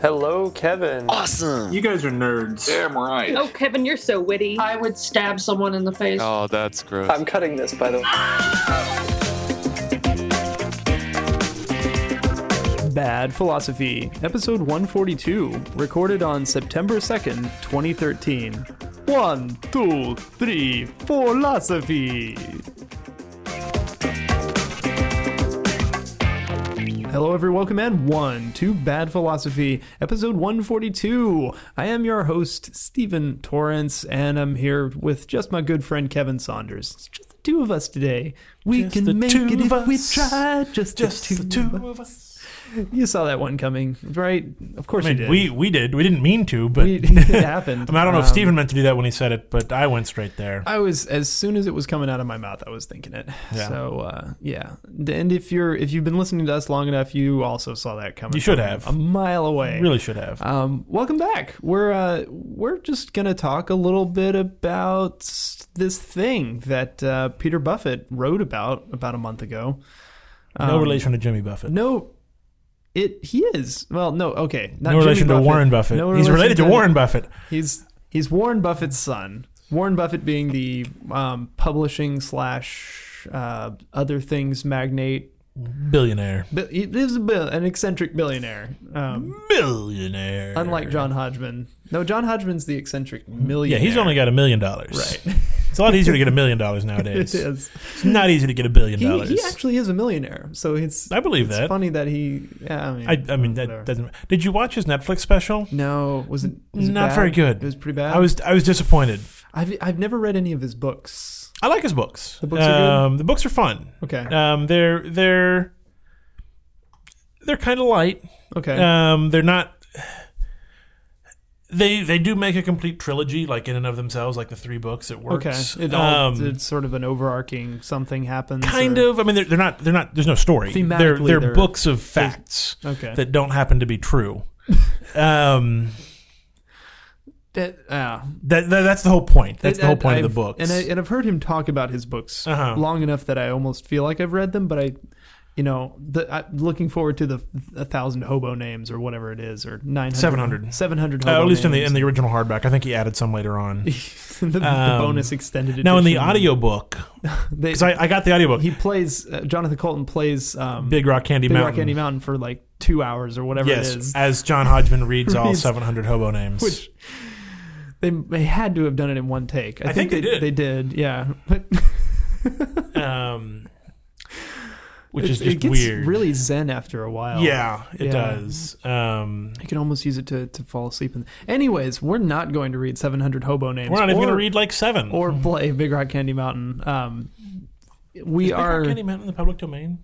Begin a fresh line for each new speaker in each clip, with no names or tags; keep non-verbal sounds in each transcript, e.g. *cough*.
Hello, Kevin.
Awesome.
You guys are nerds.
Damn right.
Oh, Kevin, you're so witty.
I would stab someone in the face.
Oh, that's gross.
I'm cutting this, by the way.
Bad Philosophy, episode 142, recorded on September 2nd, 2013. One, two, three, philosophy. Hello, everyone. Welcome and one to Bad Philosophy, episode 142. I am your host, Stephen Torrance, and I'm here with just my good friend Kevin Saunders. It's just the two of us today. We
Just the
can make
two
it if
of
we
us.
try. Just,
Just
the two, of us. You saw that one coming, right? Of course
I mean,
you did.
we we did. We didn't mean to, but
We- it
*laughs*
happened.
I, mean, I don't know if
Um,
Steven meant to do that when he said it, but I went straight there.
I was as soon as it was coming out of my mouth, I was thinking it.
Yeah.
So uh, yeah, and if you're if you've been listening to us long enough, you also saw that coming.
You should
from
have.
a mile away.
really should have.
Um, welcome back. We're uh, we're just gonna talk a little bit about this thing that uh, Peter Buffett wrote about about a month ago.
no relation to Jimmy Buffett.
Um, No, it he is well. No, okay, not
No
Jimmy
relation to Warren Buffett.
No
He's
relation
related to Warren Buffett.
He's he's Warren Buffett's son. Warren Buffett being the um, publishing slash uh, other things magnate.
Billionaire.
But he is a bill, an eccentric billionaire, um,
Billionaire.
unlike John Hodgman. No, John Hodgman's the eccentric
Yeah,
millionaire.
he's only got a million dollars.
Right.
It's a lot easier to get a million dollars
*laughs*
nowadays.
it is.
It's not easy to get a billion
He,
dollars.
he actually is a millionaire, so it's.
I believe
it's
that.
funny that he. Yeah, I mean,
I, I mean,
whatever.
that doesn't. Did you watch his Netflix special?
No, was it was it
Not
bad?
very good.
It was pretty bad.
I was I was disappointed.
I've I've never read any of his books.
I like his books. The
books are good?
Um, the books are fun.
Okay.
Um, they're they're they're kind of light.
Okay.
Um, they're not. They they do make a complete trilogy, like in and of themselves, like the three books. It
okay.
works.
It all,
um,
it's sort of an overarching something happens.
kind
or-
of. I mean, they're, they're not. They're not. There's no story. They're they're,
Thematically, they're-
books of facts
Okay.
that don't happen to
*laughs*
be true. um,
That, uh,
that, that that's the whole point. That's the whole point
I've-
of the books.
And, I, and I've heard him talk about his books
Uh-huh.
long enough that I almost feel like I've read them, but I, you know, the, I, looking forward to the a thousand hobo names or whatever it is, or 900.
700.
700
uh,
hobo
at least in the
names.
in the original hardback. I think he added some
*laughs*
later on.
the, the
um,
bonus extended edition.
now in the audiobook,
they,
because I, I got the audiobook.
he plays, uh, Jonathan Colton plays um,
Big Rock Candy
Big
Mountain.
Rock Candy Mountain for like two hours or whatever it is.
Yes, as John Hodgman reads all
Reads-
700 hobo names.
which they, they had to have done it in one take. I,
think they did.
They did, yeah. *laughs* But
um, which
it,
is,
it
is
gets
weird.
really zen after a while.
yeah, it
Yeah.
does. Um,
You can almost use it to, to fall asleep. In. Anyways, we're not going to read 700 hobo names.
we're not even
or-
going to read like seven.
Or play Big Rock Candy Mountain. Um, we
is Big Rock
are.
Candy Mountain in the public domain?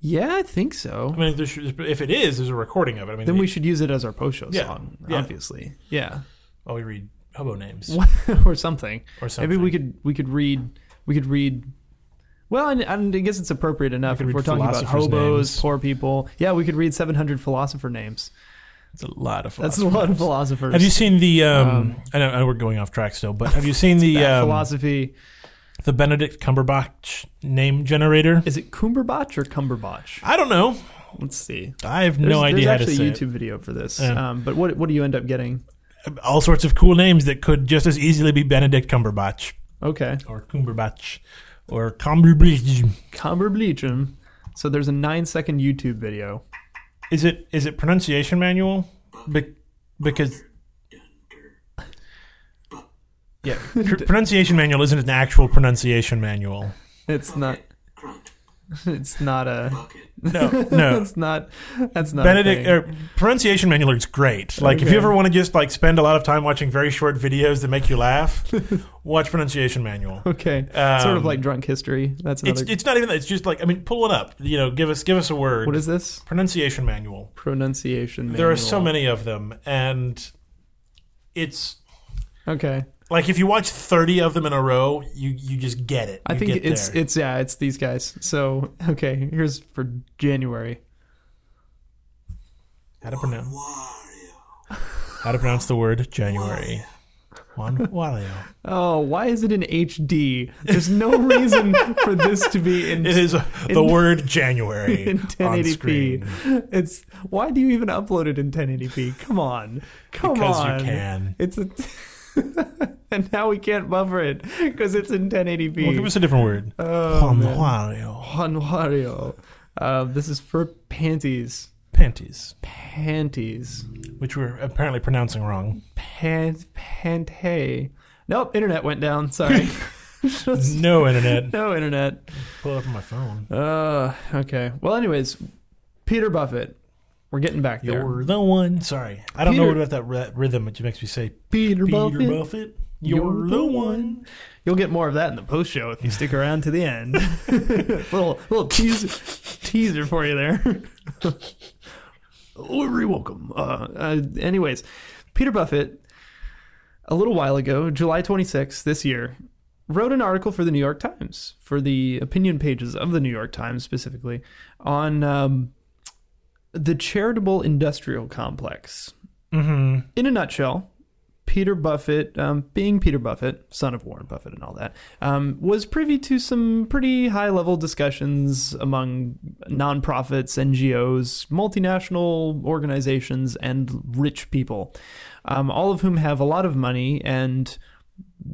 Yeah, I think so.
I mean, there should, if it is, there's a recording of it. I mean,
Then
the-
we should use it as our post show
Yeah,
song,
yeah.
obviously. Yeah.
oh, we read hobo names.
*laughs* or something.
Or
Maybe we
something.
could we could read we could read. Well, and, and I guess it's appropriate enough
could
if
read
we're talking about
philosophers'
hobos,
names.
poor people. Yeah, we could read 700 philosopher names.
It's a lot of.
That's a
philosophers.
lot of philosophers.
Have you seen the? Um, I, know, I know we're going off track still, but have you seen the
Bad
um,
philosophy?
the Benedict Cumberbatch name generator?
Is it Cumberbotch or Cumberbotch?
I don't know.
Let's see.
I have no
There's-
idea how
There's
to
actually
say
a
it.
YouTube video for this.
Yeah.
Um, but what what do you end up getting?
all sorts of cool names that could just as easily be Benedict Cumberbatch
Okay,
or Cumberbatch or Cumberbatch.
Cumber Bleachum. So there's a nine second YouTube video.
Is it is it pronunciation manual? Be- because yeah, pr- pronunciation manual isn't an actual pronunciation manual.
*laughs* *laughs* It's not. It's not a.
No, no.
It's not. That's not. a
Uh, Benedict
thing.
or pronunciation manual is great. Like if you
Okay.
ever want to just like spend a lot of time watching very short videos that make you
*laughs*
laugh, watch pronunciation manual.
Okay, sort of
Um,
like drunk history. That's
It's
another.
it's not even that. It's just like I mean, pull it up. You know, give us give us a word.
what is this
pronunciation manual?
pronunciation?
There are so
manual.
many of them, and it's
Okay,
like if you watch thirty of them in a row, you you just get it.
I
You
think
get
it's
there.
it's yeah, it's these guys. So okay, here's for January.
how to pronounce how to pronounce the word January.
*laughs*
Juan Wario.
Oh, why is it in HD? There's
*laughs*
no reason for this to be in.
It is uh, the word January
*laughs* in
on screen
1080p. It's why do you even upload it in 1080p? Come on, come
because
on.
you can.
It's a, *laughs* and now we can't buffer it because it's in
Well, give
1080p.
us a different word.
Oh,
Juan Wario.
Juan Wario. Uh, this is for panties.
Panties,
Panties.
which we're apparently pronouncing wrong.
Pant. Pante. Nope, internet went down. Sorry. *laughs*
No internet.
no internet.
Pull it up on my phone.
Uh, okay. Well, anyways, Peter Buffett. We're getting back there.
You're the one. Sorry, I don't know
Peter-
about that ry- rhythm. It makes me say
Peter,
Peter
Buffett.
Buffett.
You're
You're
the
the one.
You'll get more of that in the post show if you stick around to the end. *laughs* little little teaser teaser for you there. You're welcome. Uh, uh, anyways, Peter Buffett, a little while ago, July 26th this year, wrote an article for the New York Times for the opinion pages of the New York Times specifically on um, the charitable industrial complex. Mm-hmm. In a nutshell, Peter Buffett, um, being Peter Buffett, son of Warren Buffett and all that, um, was privy to some pretty high level discussions among nonprofits, NGOs, multinational organizations, and rich people, um, all of whom have a lot of money and,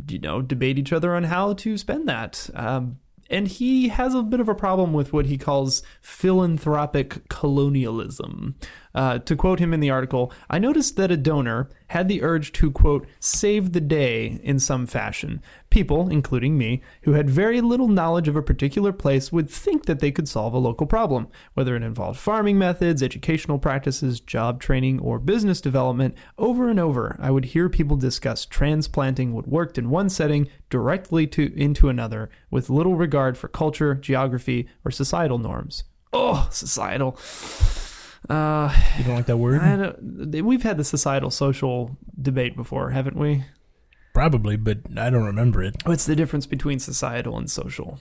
you know, debate each other on how to spend that. Um, and he has a bit of a problem with what he calls philanthropic colonialism. Uh, to quote him in the article, I noticed that a donor had the urge to, quote, save the day in some fashion. People, including me, who had very little knowledge of a particular place would think that they could solve a local problem, whether it involved farming methods, educational practices, job training, or business development. Over and over, I would hear people discuss transplanting what worked in one setting directly to into another with little regard for culture, geography, or societal norms. Oh, societal. Uh,
You don't like that word?
I don't, th- we've had the societal social debate before, haven't we?
Probably, but I don't remember it.
What's the difference between societal and social?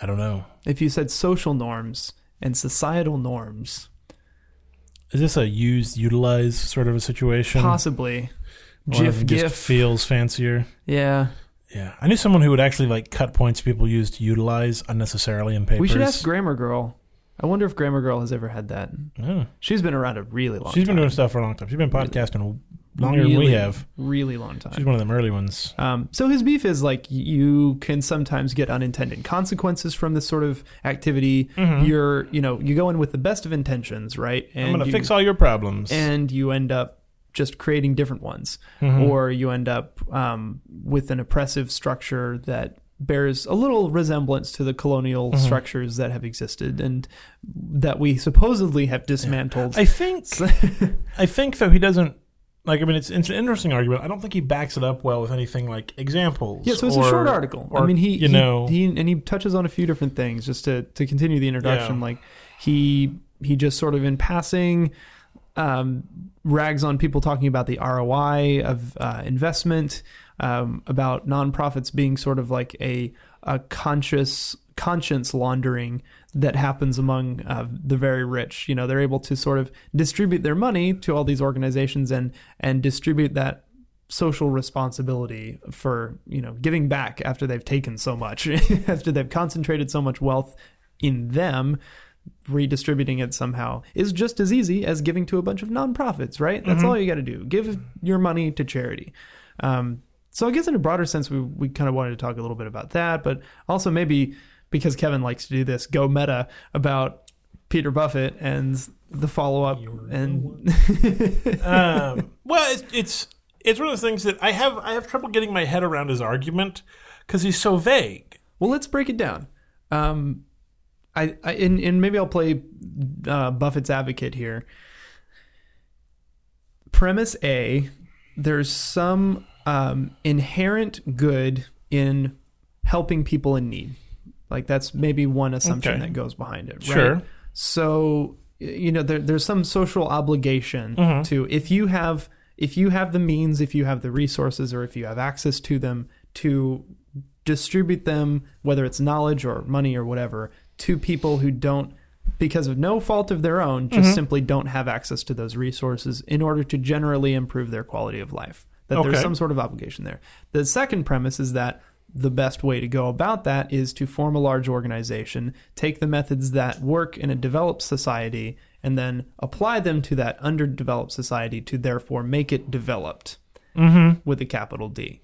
I don't know.
If you said social norms and societal norms,
Is this a use, utilize sort of a situation?
possibly.
One of
GIF,
them just
GIF.
feels fancier.
Yeah.
Yeah, I knew someone who would actually like cut points people use to utilize unnecessarily in papers.
We should ask Grammar Girl. I wonder if Grammar Girl has ever had that.
Yeah.
She's been around a really long
She's
time.
been doing stuff for a long time. She's been podcasting longer than we
Really,
have.
Really long time.
She's one of them early ones.
Um, so his beef is like you can sometimes get unintended consequences from this sort of activity. You're, you know, you go in with the best of intentions, right? And
Mm-hmm. I'm gonna
you,
fix all your problems.
and you end up just creating different ones,
Mm-hmm.
or you end up um, with an oppressive structure that bears a little resemblance to the colonial
Mm-hmm.
structures that have existed and that we supposedly have dismantled. *laughs*
I think I think though he doesn't like. I mean, it's, it's an interesting argument. I don't think he backs it up well with anything like examples.
Yeah, so it's
or-
a short article. I
or,
mean, he
you
he-
know
he and he touches on a few different things just to to continue the introduction.
Yeah.
Like he he just sort of in passing um, rags on people talking about the ROI of uh, investment, um, about nonprofits being sort of like a a conscious conscience laundering that happens among uh, the very rich. You know, they're able to sort of distribute their money to all these organizations and and distribute that social responsibility for you know giving back after they've taken so much *laughs* after they've concentrated so much wealth in them redistributing it somehow is just as easy as giving to a bunch of nonprofits right that's all you got to do give your money to charity um, so i guess in a broader sense we, we kind of wanted to talk a little bit about that but also maybe because kevin likes to do this go meta about peter buffett and the follow-up and *laughs*
um, well, it's, it's it's one of those things that I have I have trouble getting my head around his argument because he's so vague.
Well, let's break it down. Um, I, I and, and maybe I'll play uh, Buffett's advocate here. Premise A: There's some um, inherent good in helping people in need. Like that's maybe one assumption
Okay.
that goes behind it. Right?
Sure.
So y- you know there, there's some social obligation
Mm-hmm.
to if you have if you have the means, if you have the resources, or if you have access to them to distribute them, whether it's knowledge or money or whatever, to people who don't because of no fault of their
Mm-hmm.
own just simply don't have access to those resources in order to generally improve their quality of life. that there's
Okay.
some sort of obligation there. The second premise is that the best way to go about that is to form a large organization, take the methods that work in a developed society, and then apply them to that underdeveloped society to therefore make it developed with a capital D.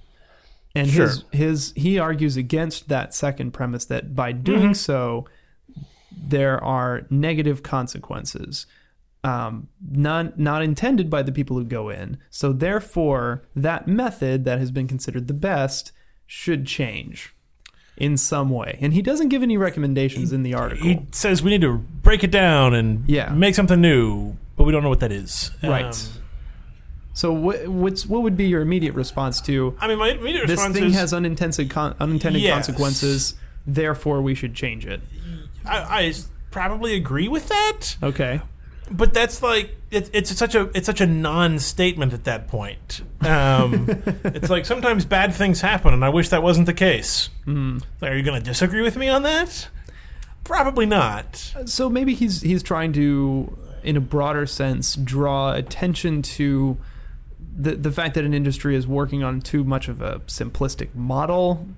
And his, his he argues against that second premise that by doing
Mm-hmm.
so, there are negative consequences, um, not not intended by the people who go in. So therefore, that method that has been considered the best should change in some way. And he doesn't give any recommendations in the article.
He says we need to break it down and
Yeah.
make something new, but we don't know what that is.
right.
Um,
so wh- what's what would be your immediate response to
I mean, my immediate
this
response
thing
is
has unintended con- unintended
Yes.
consequences. Therefore, we should change it.
I, I s- probably agree with that,
Okay.
but that's like it, it's such a it's such a non-statement at that point. Um,
*laughs*
it's like sometimes bad things happen, and I wish that wasn't the case.
Hmm.
Like, are you going to disagree with me on that? Probably not.
So maybe he's he's trying to, in a broader sense, draw attention to the the fact that an industry is working on too much of a simplistic model,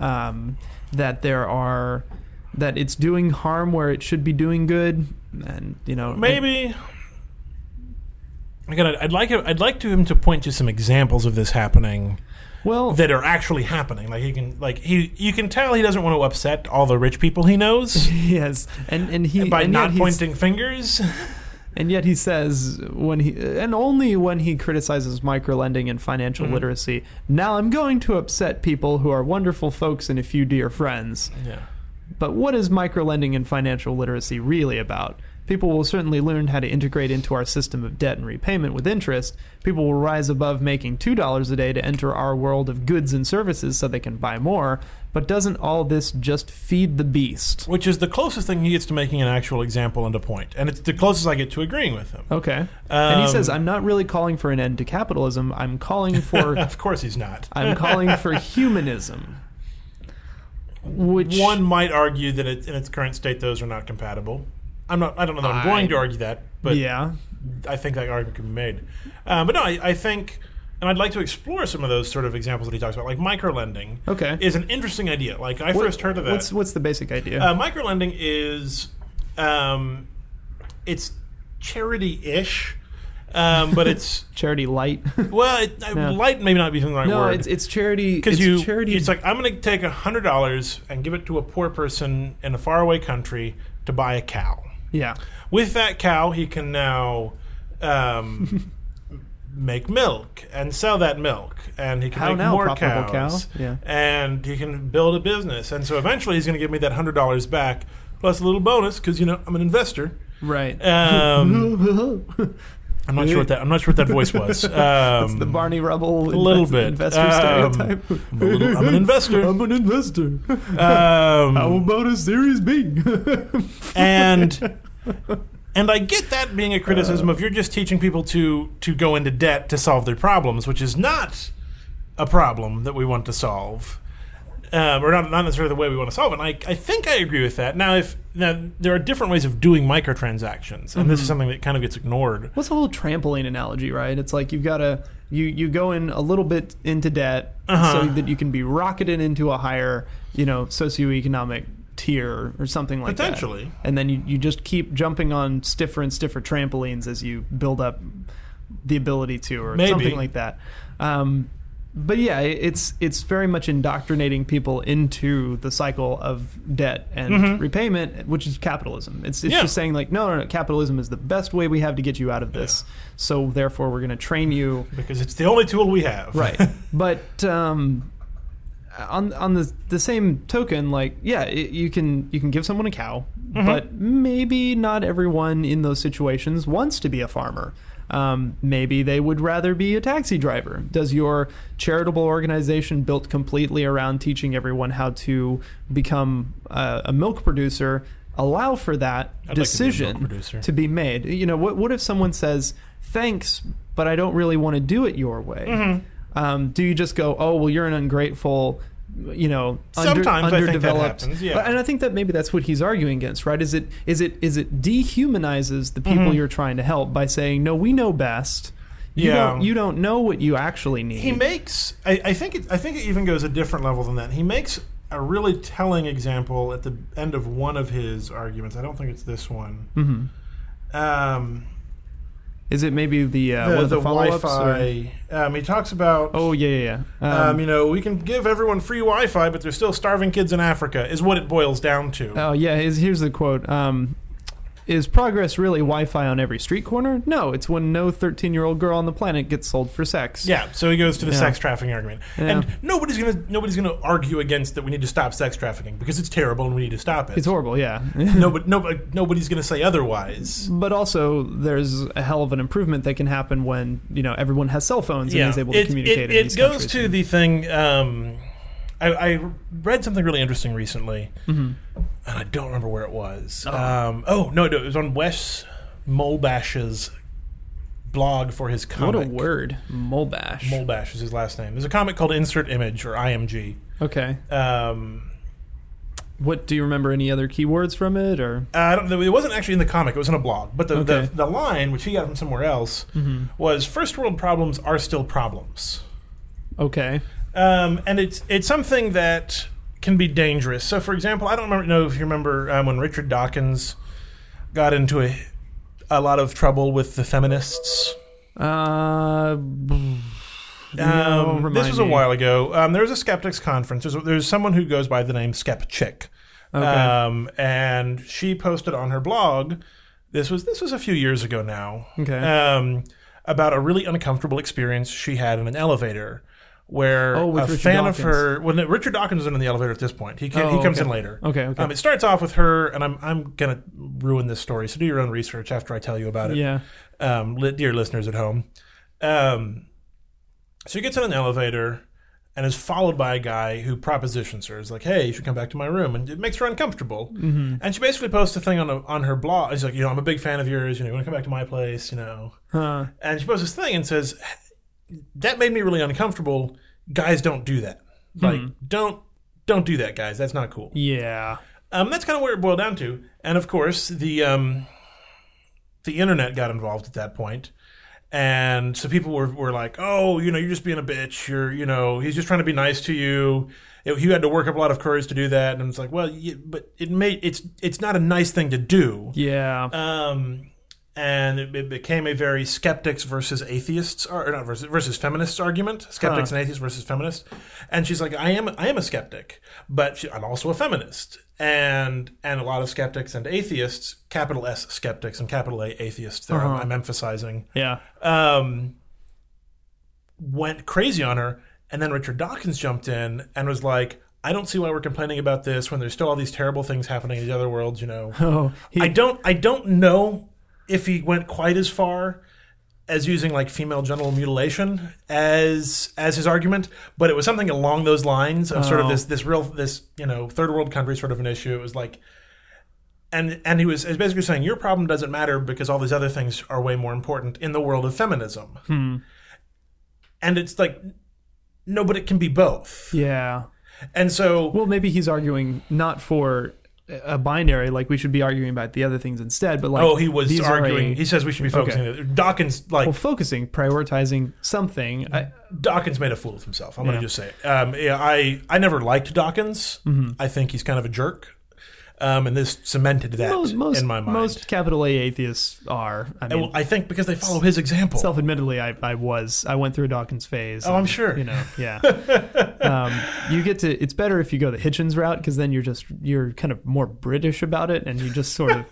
um, that there are that it's doing harm where it should be doing good, and you know
Maybe. Again, I'd- I'd like I'd like to him to point to some examples of this happening.
well
that are actually happening. Like he can, like he, you can tell he doesn't want to upset all the rich people
*laughs*
he knows
*laughs* yes, and and he
by
and yet
not
he's-
pointing
*laughs*
fingers.
And yet he says when he and only when he criticizes microlending and financial literacy. Now I'm going to upset people who are wonderful folks and a few dear friends.
Yeah,
But what is microlending and financial literacy really about? People will certainly learn how to integrate into our system of debt and repayment with interest. People will rise above making $2 a day to enter our world of goods and services so they can buy more. But doesn't all this just feed the beast?
which is the closest thing he gets to making an actual example and a point, and it's the closest I get to agreeing with him.
Okay. and he
Um,
says, I'm not really calling for an end to capitalism. I'm calling for
Of course, he's not. *laughs*
I'm calling for humanism. Which
One might argue that it, in its current state, those are not compatible. I'm not. I don't know that I'm
I-
going to argue that, but
Yeah.
I think that argument can be made. Um, but no, I, I think, and I'd like to explore some of those sort of examples that he talks about, like microlending.
Okay.
is an interesting idea. Like I first heard of that.
What's what's the basic idea?
Uh, microlending is, um, it's charity-ish, um, but
*laughs*
it's
charity light.
well, it, I-
Yeah.
light may not be the right
no,
word
it's it's charity
because
it's
you
charity
it's like I'm going to take hundred dollars and give it to a poor person in a faraway country to buy a cow.
Yeah.
With that cow, he can now.
*laughs*
Um, Make milk and sell that milk, and he can
How
make
now,
more
profitable cow?
cows.
Yeah.
and he can build a business. And so eventually, he's going to give me that hundred dollars back plus a little bonus because you know I'm an investor.
Right. *laughs*
Um,
the
I'm not sure what that I'm not sure what that voice
*laughs*
was. Um,
Barney Rubble
a little bit
investor
Um,
stereotype.
I'm, a little-
*laughs*
I'm an investor.
I'm an investor. How
Um,
about a series
*laughs*
B?
and and I get that being a criticism of you're just teaching people to to go into debt to solve their problems, which is not a problem that we want to solve, um, or not not necessarily the way we want to solve it. And I I think I agree with that. Now if now there are different ways of doing microtransactions, and this is something that kind of gets ignored.
What's the whole trampoline analogy, right? It's like you've got to you you go in a little bit into debt
Uh-huh.
so that you can be rocketed into a higher you know socioeconomic tier or something like that.
Potentially.
and then you, you just keep jumping on stiffer and stiffer trampolines as you build up the ability to or
Maybe.
something like that. Um, but yeah, it- it's it's very much indoctrinating people into the cycle of debt and repayment, which is capitalism. It's it's
Yeah.
just saying like, no, no, no, capitalism is the best way we have to get you out of this. So therefore, we're going to train you
because it's the only tool we have.
right.
*laughs*
but um, on on the the same token, like yeah, it, you can you can give someone a cow,
Mm-hmm.
but maybe not everyone in those situations wants to be a farmer. Um, maybe they would rather be a taxi driver. Does your charitable organization built completely around teaching everyone how to become uh, a milk producer allow for that
I'd like to be a milk
decision
producer.
to be made. You know, what what if someone says, "Thanks, but I don't really want to do it your way."
Mm-hmm.
Um, do you just go, "Oh, well, you're an ungrateful," you know, under,
Sometimes I think that
underdeveloped?
happens, yeah.
But- And I think that maybe that's what he's arguing against, right? Is it
Mm-hmm.
is it is it dehumanizes the people you're trying to help by saying, "No, we know best." You
Yeah.
don't, you don't know what you actually need.
he makes I, I think it, I think it even goes a different level than that. He makes a really telling example at the end of one of his arguments. I don't think it's this one.
Mhm.
Um,
Is it maybe the uh,
the,
one of
the
the, follow-ups? Or,
Wi-Fi. Um, he talks about
oh yeah, yeah. yeah.
um, you know we can give everyone free Wi-Fi, but there's still starving kids in Africa. Is what it boils down to.
Oh yeah, is, here's the quote. Um, is progress really Wi-Fi on every street corner? No, it's when no 13-year-old girl on the planet gets sold for sex.
Yeah, so he goes to the
Yeah.
sex trafficking argument,
Yeah.
and nobody's gonna nobody's gonna argue against that we need to stop sex trafficking because it's terrible and we need to stop it.
it's horrible. Yeah, *laughs*
nobody, nobody nobody's gonna say otherwise.
but also there's a hell of an improvement that can happen when you know everyone has cell phones and is able to
it,
communicate.
It,
in
it
these
goes
countries.
to the thing. Um, I, I read something really interesting recently,
Mm-hmm.
and I don't remember where it was. Oh, um, oh no, no, it was on Wes Mulbash's blog for his
what
comic.
a word, Molbash.
Mulbash is his last name. There's a comic called Insert Image or IMG.
okay, Uh,
Um,
what do you remember? Any other keywords from it or?
I don't, know, it wasn't actually in the comic. It was in a blog. But the,
Okay. Mm-hmm.
the, the line, which he got from somewhere else, was first world problems are still problems.
Okay,
Um, and it's it's something that can be dangerous. So, for example, I don't remember, know if you remember um, when Richard Dawkins got into a, a lot of trouble with the feminists.
uh, No,
Um, this
remind
was a
me.
while ago. Um, there was a skeptics conference. There's, there's someone who goes by the name Skep Chick,
Okay.
um, and she posted on her blog. This was this was a few years ago now.
Okay.
Um, about a really uncomfortable experience she had in an elevator, where
Oh, with
a
Richard
fan
Dawkins.
of her. Well, no, Richard Dawkins isn't in the elevator at this point. He can,
Oh,
he comes
okay.
in later.
Okay, okay.
Um, it starts off with her, and I'm I'm gonna ruin this story. So do your own research after I tell you about it
yeah,
um, li- dear listeners at home. Um, so he gets in an elevator and is followed by a guy who propositions her. Is like, "Hey, you should come back to my room," and it makes her uncomfortable. Mm-hmm. And she basically posts a thing on a, on her blog. She's like, "You know, I'm a big fan of yours. You know, you want to come back to my place? You know."
huh?
And she posts this thing and says, "That made me really uncomfortable. Guys, don't do that. Like, don't." Don't do that, guys. That's not cool.
Yeah,
Um, that's kind of where it boiled down to. And of course, the um, the internet got involved at that point. And so people were, were like, oh, you know, you're just being a bitch. You're, you know, he's just trying to be nice to you. It, you had to work up a lot of courage to do that. And it's like, well, you, but it made it's it's not a nice thing to do.
yeah.
Um, and it, it became a very skeptics versus atheists, or, or not versus, versus feminists argument. Skeptics and atheists versus feminists. And she's like, I am I am a skeptic, but she, I'm also a feminist. And and a lot of skeptics and atheists, capital S skeptics and capital A atheists. There, I'm, I'm emphasizing.
yeah. *laughs*
Um, went crazy on her, and then Richard Dawkins jumped in and was like. I don't see why we're complaining about this when there's still all these terrible things happening in the other worlds, you know.
Oh, he,
I don't I don't know if he went quite as far as using like female genital mutilation as as his argument, but it was something along those lines of sort of
Oh.
this this real this you know third world country sort of an issue. It was like and and he was, he was basically saying your problem doesn't matter because all these other things are way more important in the world of feminism.
Hmm.
And it's like no, but it can be both.
yeah.
And so
Well, maybe he's arguing not for a binary, like we should be arguing about the other things instead, but like
oh, he was
these are
arguing.
a-
he says we should be focusing. Dawkins like
well, focusing, prioritizing something. I,
Dawkins made a fool of himself. I'm going
Yeah.
to just say it. Um, yeah, I I never liked Dawkins.
Mm-hmm.
I think he's kind of a jerk, um, and this cemented that
most, most,
in my mind.
most capital A atheists are. I
And
mean,
well, I think because they follow his example.
self-admittedly, I, I was. I went through a Dawkins phase.
oh, I'm sure.
You know,
*laughs*
yeah. um, you get to. It's better if you go the Hitchens route because then you're just you're kind of more British about it, and you just sort
*laughs*
of.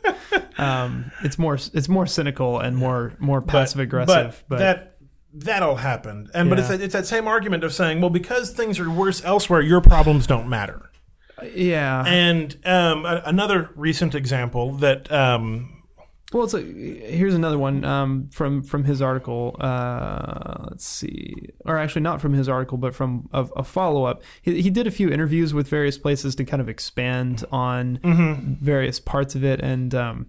Um, it's more it's more cynical and more more passive aggressive. But,
that that all happened, and but it's
Yeah.
that, it's that same argument of saying, well, because things are worse elsewhere, your problems don't matter.
yeah,
And um, a, another recent example that um,
Well, it's like, here's another one um, from from his article. Uh, let's see, or actually not from his article, but from a, a follow up. He, he did a few interviews with various places to kind of expand on various parts of it, and um,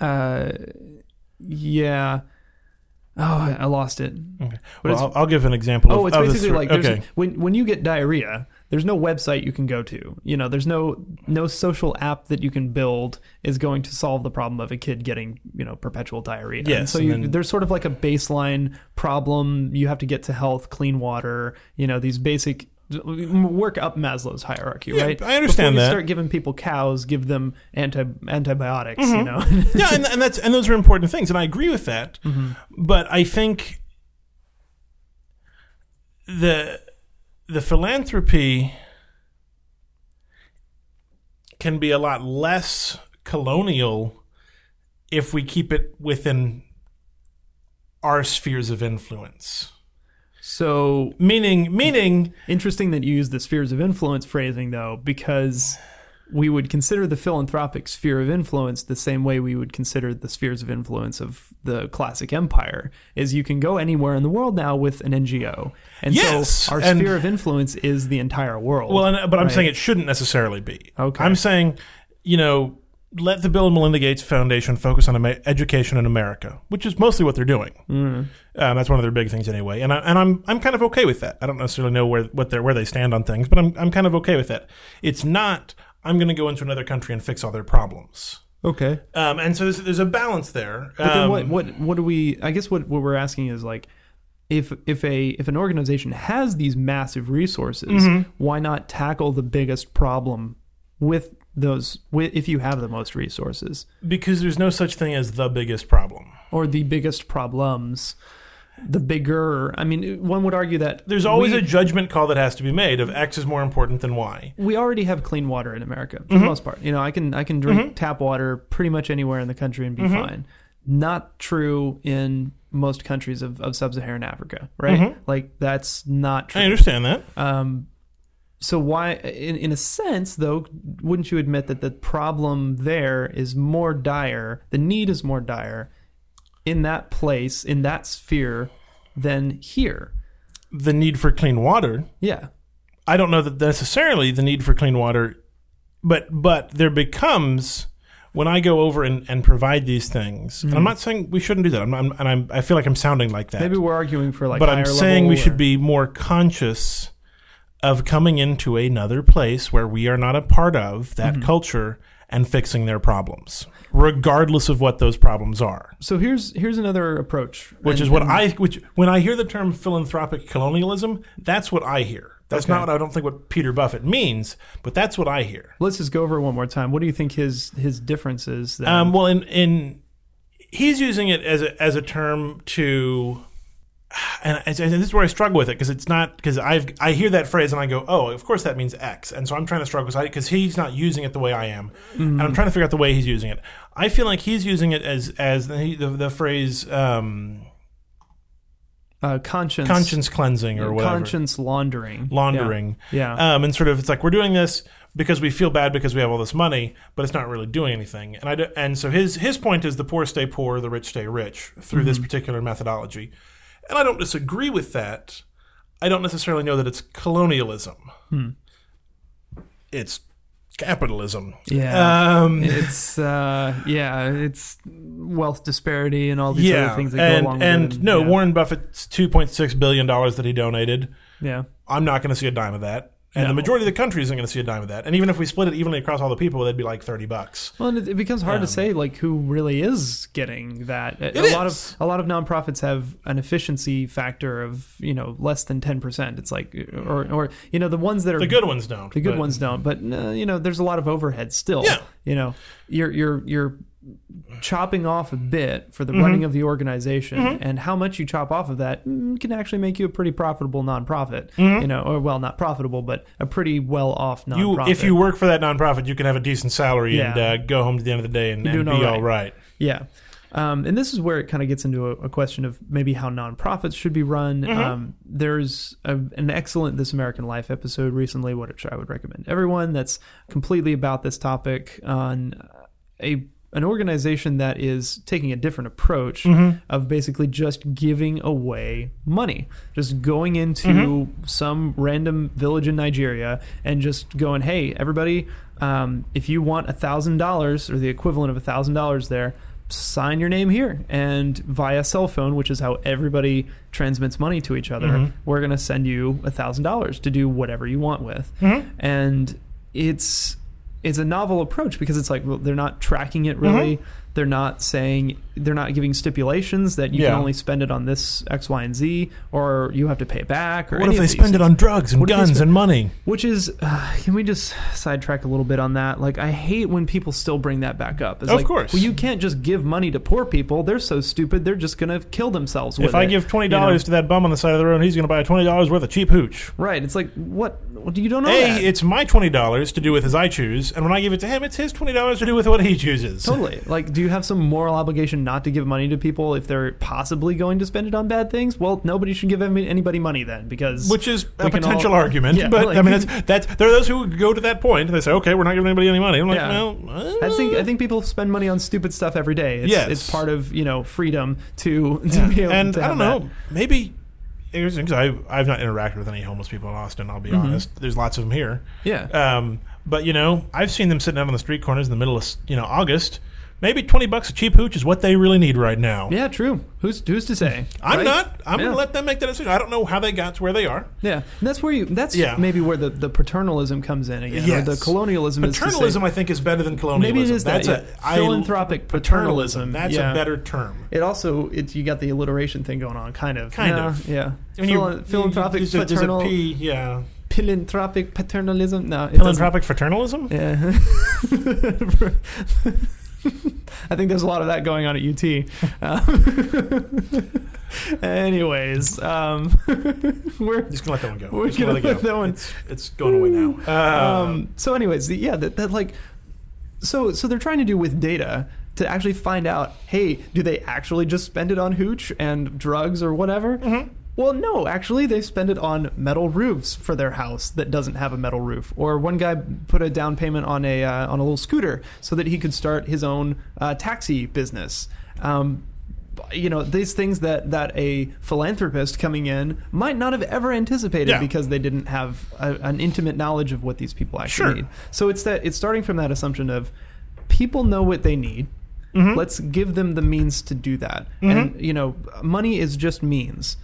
uh, yeah. Oh, I- I lost it.
well, I'll, I'll give an example.
Oh,
of,
it's
of this
basically
sort-
like there's
okay.
when when you get diarrhea, there's no website you can go to. You know, there's no no social app that you can build is going to solve the problem of a kid getting you know perpetual diarrhea. And
Yes,
so
and
you,
then-
there's sort of like a baseline problem. You have to get to health, clean water. You know, these basic work up Maslow's hierarchy, right?
I understand
Before you
that.
start giving people cows, give them anti antibiotics. You know, *laughs*
yeah, and, and that's and those are important things, and I agree with that. But I think the the philanthropy can be a lot less colonial if we keep it within our spheres of influence.
so
Meaning, meaning,
Interesting that you use the spheres of influence phrasing, though, because we would consider the philanthropic sphere of influence the same way we would consider the spheres of influence of the classic empire. Is you can go anywhere in the world now with an NGO, and
Yes,
so our
and-
sphere of influence is the entire world.
Well, and, but I'm saying it shouldn't necessarily be.
Okay.
I'm saying, you know, let the Bill and Melinda Gates Foundation focus on Ama- education in America, which is mostly what they're doing.
Mm.
Um, that's one of their big things anyway, and I, and I'm I'm kind of okay with that. I don't necessarily know where what they where they stand on things, but I'm I'm kind of okay with that. It's not I'm going to go into another country and fix all their problems.
okay.
Um, and so there's, there's a balance there.
But then
Um,
what what what do we? I guess what what we're asking is like. If, if a if an organization has these massive resources,
Mm-hmm.
why not tackle the biggest problem with those? With, if you have the most resources,
Because there's no such thing as the biggest problem.
or the biggest problems, the bigger. I mean, one would argue that
There's always
we,
a judgment call that has to be made of X is more important than Y.
we already have clean water in America for
Mm-hmm.
the most part. You know, I can I can drink tap water pretty much anywhere in the country and be
Mm-hmm.
fine. Not true in most countries of, of sub-Saharan Africa, right? Like that's not
Mm-hmm. I
true.
understand that.
So why, in, in a sense, though, wouldn't you admit that the problem there is more dire, the need is more dire in that place, in that sphere, than here?
the need for clean water.
Yeah.
I don't know that necessarily the need for clean water, but but there becomes when I go over and, and provide these things. And I'm not saying we shouldn't do that. I'm, I'm and I'm, I feel like I'm sounding like that.
Hmm. Maybe we're arguing for like.
but
higher
I'm saying
level
we
or-
should be more conscious of coming into another place where we are not a part of that
Mm-hmm.
culture and fixing their problems, regardless of what those problems are.
So here's here's another approach,
which
And-
is what
and-
I which when I hear the term philanthropic colonialism, that's what I hear. That's not what I don't think what Peter Buffett means, but that's what I hear.
Let's just go over it one more time. What do you think his his difference is? Then?
Um, well, in in he's using it as a as a term to, and, and this is where I struggle with it because it's not because I've I hear that phrase and I go, oh, of course that means X, and so I'm trying to struggle because he's not using it the way I am, and
Mm-hmm.
I'm trying to figure out the way he's using it. I feel like he's using it as as the the, the phrase um,
uh, conscience,
conscience cleansing or whatever.
conscience laundering,
laundering.
Yeah.
Um, and sort of, it's like we're doing this because we feel bad because we have all this money, but it's not really doing anything. And I do, and so his his point is the poor stay poor, the rich stay rich through
Mm-hmm.
this particular methodology. And I don't disagree with that. I don't necessarily know that it's colonialism.
Hmm.
It's capitalism.
Yeah. *laughs*
Um,
it's uh, yeah, it's wealth disparity and all these other things that
and
go along
and
with it.
no
yeah.
Warren Buffett's two point six billion dollars that he donated.
Yeah.
I'm not going to see a dime of that. And the majority of the country isn't going to see a dime of that. And even if we split it evenly across all the people, that'd be like 30 bucks.
Well, and it, it becomes hard to say like who really is getting that. A, a lot
is.
of a lot of nonprofits have an efficiency factor of you know less than ten percent. It's like or or you know the ones that are
The good ones don't.
The good
but-
ones don't, but uh, you know, there's a lot of overhead still.
Yeah.
You know, you're you're you're chopping off a bit for the
Mm-hmm.
running of the organization, and how much you chop off of that mm, can actually make you a pretty profitable nonprofit. You know, or well, not profitable, but a pretty well off
Mm-hmm. You,
nonprofit.
if you work for that nonprofit, you can have a decent salary and
Yeah.
uh, go home to the end of the day and, and
You're
be
doing all
all right.
Yeah. Um, and this is where it kind of gets into a, a question of maybe how nonprofits should be run. Um, there's a, an excellent This American Life episode recently, which I would recommend everyone that's completely about this topic on a an organization that is taking a different approach of basically just giving away money, just going into some random village in Nigeria and just going, hey, everybody, um, if you want a thousand dollars or the equivalent of a thousand dollars there, sign your name here. And via cell phone, which is how everybody transmits money to each other,
Mm-hmm.
we're going to send you $1,000 to do whatever you want with.
Mm-hmm.
And it's it's a novel approach because it's like well, they're not tracking it really.
Mm-hmm.
They're not saying they're not giving stipulations that you
Yeah.
can only spend it on this X, Y, and Z, or you have to pay it back. Or
What
any
if they
of these
spend it on drugs and
What if they
guns
spend-
and money?
which is, uh, can we just sidetrack a little bit on that? Like, I hate when people still bring that back up. It's
Of
like,
course.
Well, you can't just give money to poor people. They're so stupid. They're just going to kill themselves with
If I
it,
give twenty
you know?
dollars to that bum on the side of the road, he's going to buy twenty dollars worth of cheap hooch.
Right. It's like, what? what- You don't know
A,
that.
it's my twenty dollars to do with as I choose, and when I give it to him, it's his twenty dollars to do with what he chooses.
Totally. Like, do you have some moral obligation not to give money to people if they're possibly going to spend it on bad things? Well, nobody should give any- anybody money then because.
Which is a
we can
potential
all-
argument,
Yeah,
but
like-
I mean, that's, that's there are those who go to that point. And they say, "Okay, we're not giving anybody any money." I'm like,
Yeah.
"Well, uh,
I think I think people spend money on stupid stuff every day. It's,
Yes.
it's part of you know freedom to to be able
and
to
I
have
don't
that.
know, maybe because I've I've not interacted with any homeless people in Austin. I'll be honest. There's lots of them here.
Mm-hmm. Yeah.
Um, but you know, I've seen them sitting out on the street corners in the middle of you know August. Maybe twenty bucks a cheap hooch is what they really need right now.
Yeah, true. Who's who's to say?
I'm
right?
not. I'm
Yeah.
gonna let them make that decision. I don't know how they got to where they are.
Yeah, and that's where you. That's
Yeah.
maybe where the, the paternalism comes in again.
Yes.
Or the colonialism. is to say-
Paternalism, I think, is better than colonialism.
maybe it is that
That's
yeah.
a I-
philanthropic paternalism.
paternalism. That's
yeah.
a better term.
It also it you got the alliteration thing going on, kind of.
Kind
Nah,
of.
Yeah.
When you-
Phila-
you-
philanthropic
there's a- there's a
paternal.
P, yeah.
Philanthropic paternalism. No. it doesn't-
Philanthropic fraternalism.
Yeah. *laughs* I think there's a lot of that going on at UT. Um, *laughs* anyways, um, *laughs* we're
Just gonna let that one go.
We're
Just gonna
gonna let that one-
It's, it's going away now.
*laughs*
Um,
um, so anyways the, yeah that, that like so so they're trying to do with data to actually find out hey do they actually just spend it on hooch and drugs or whatever
Mm-hmm.
well no actually they spend it on metal roofs for their house that doesn't have a metal roof or one guy put a down payment on a uh, on a little scooter so that he could start his own uh, taxi business um, you know these things that that a philanthropist coming in might not have ever anticipated
Yeah.
because they didn't have a, an intimate knowledge of what these people actually
Sure.
need. So it's that it's starting from that assumption of people know what they need.
Mm-hmm.
Let's give them the means to do that. And you know, money is just means.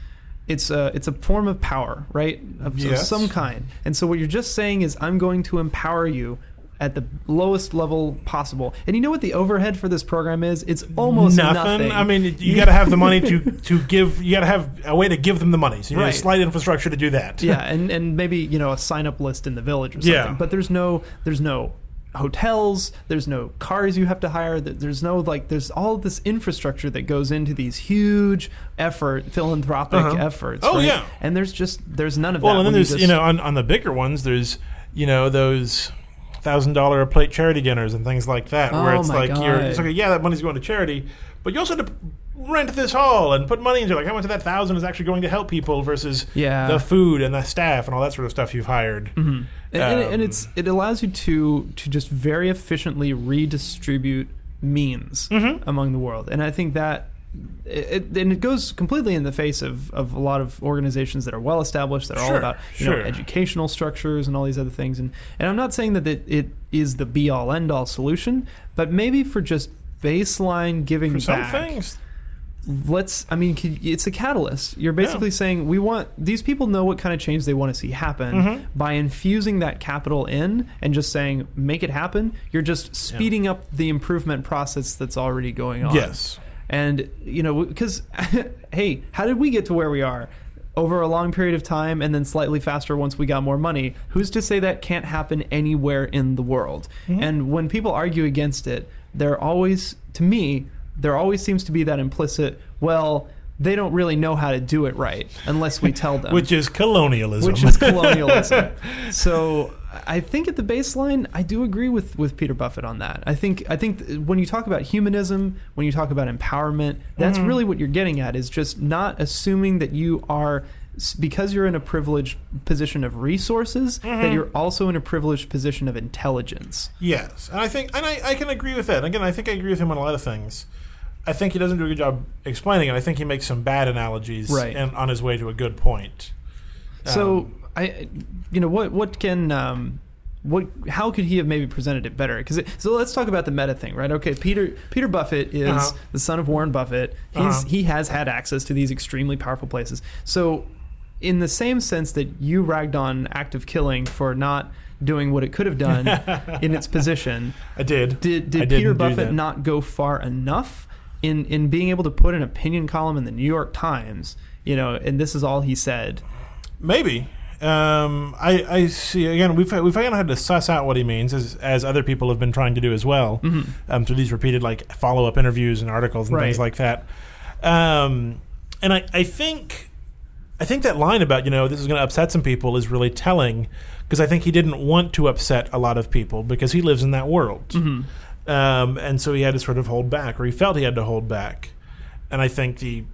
It's a it's a form of power, right? Of, of
Yes.
some kind. And so what you're just saying is I'm going to empower you at the lowest level possible. And you know what the overhead for this program is? It's almost
nothing.
nothing.
I mean, it- you got to have the money to to give. You got to have a way to give them the money. So you need
Right.
a slight infrastructure to do that.
yeah, and, and maybe you know a sign up list in the village or something.
Yeah.
But there's no there's no hotels. There's no cars you have to hire. th- There's no like there's all this infrastructure that goes into these huge effort philanthropic efforts.
Oh,
right?
yeah.
and there's just there's none of that.
Well, and then
when
there's
just-
you know on, on the bigger ones there's you know those thousand dollar a plate charity dinners and things like that where
Oh
it's
my
like you're
God.
it's like yeah that money's going to charity but you also have to rent this hall and put money into it. like how much of that thousand is actually going to help people versus
Yeah. Mm-hmm.
the food and the staff and all that sort of stuff you've hired.
and, and it- and
Um,
it's it allows you to to just very efficiently redistribute means
Mm-hmm.
among the world and i think that it, it- and it goes completely in the face of, of a lot of organizations that are well established that are all
Sure,
about you know,
sure.
educational structures and all these other things and, and i'm not saying that it, it is the be all end all solution but maybe for just baseline giving
For some
back
things,
let's i mean can- it's a catalyst you're basically saying we want these people know what kind of change they want to see happen by infusing that capital in and just saying make it happen you're just speeding up the improvement process that's already going on
yes.
and you know because *laughs* hey how did we get to where we are over a long period of time and then slightly faster once we got more money who's to say that can't happen anywhere in the world and when people argue against it there always to me there always seems to be that implicit well they don't really know how to do it right unless we tell them
Which is colonialism.
which is colonialism. so I think at the baseline, I do agree with, with Peter Buffett on that. I think I think th- when you talk about humanism, when you talk about empowerment, that's really what you're getting at is just not assuming that you are s- because you're in a privileged position of resources that you're also in a privileged position of intelligence.
Yes, and I think, and I, I can agree with that. And again, I think I agree with him on a lot of things. I think he doesn't do a good job explaining it. I think he makes some bad analogies
Right.
and on his way to a good point.
So
Um,
I, you know, what what can um, what how could he have maybe presented it better? Because so let's talk about the meta thing, right? Okay, Peter Peter Buffett is
Uh-huh.
the son of Warren Buffett. He's
Uh-huh.
he has had access to these extremely powerful places. So in the same sense that you ragged on active killing for not doing what it could have
*laughs*
done in its position,
I did.
did
I
did
didn't
Peter
do
Buffett
that.
not go far enough in in being able to put an opinion column in the New York Times? You know, and this is all he said.
Maybe. Um, I, I see. Again, we've we've kind of had to suss out what he means, as as other people have been trying to do as well, um, through these repeated like follow up interviews and articles and things
Right.
like that. Um, and I, I think I think that line about you know this is going to upset some people is really telling because I think he didn't want to upset a lot of people because he lives in that world, um, and so he had to sort of hold back, or he felt he had to hold back. And I think the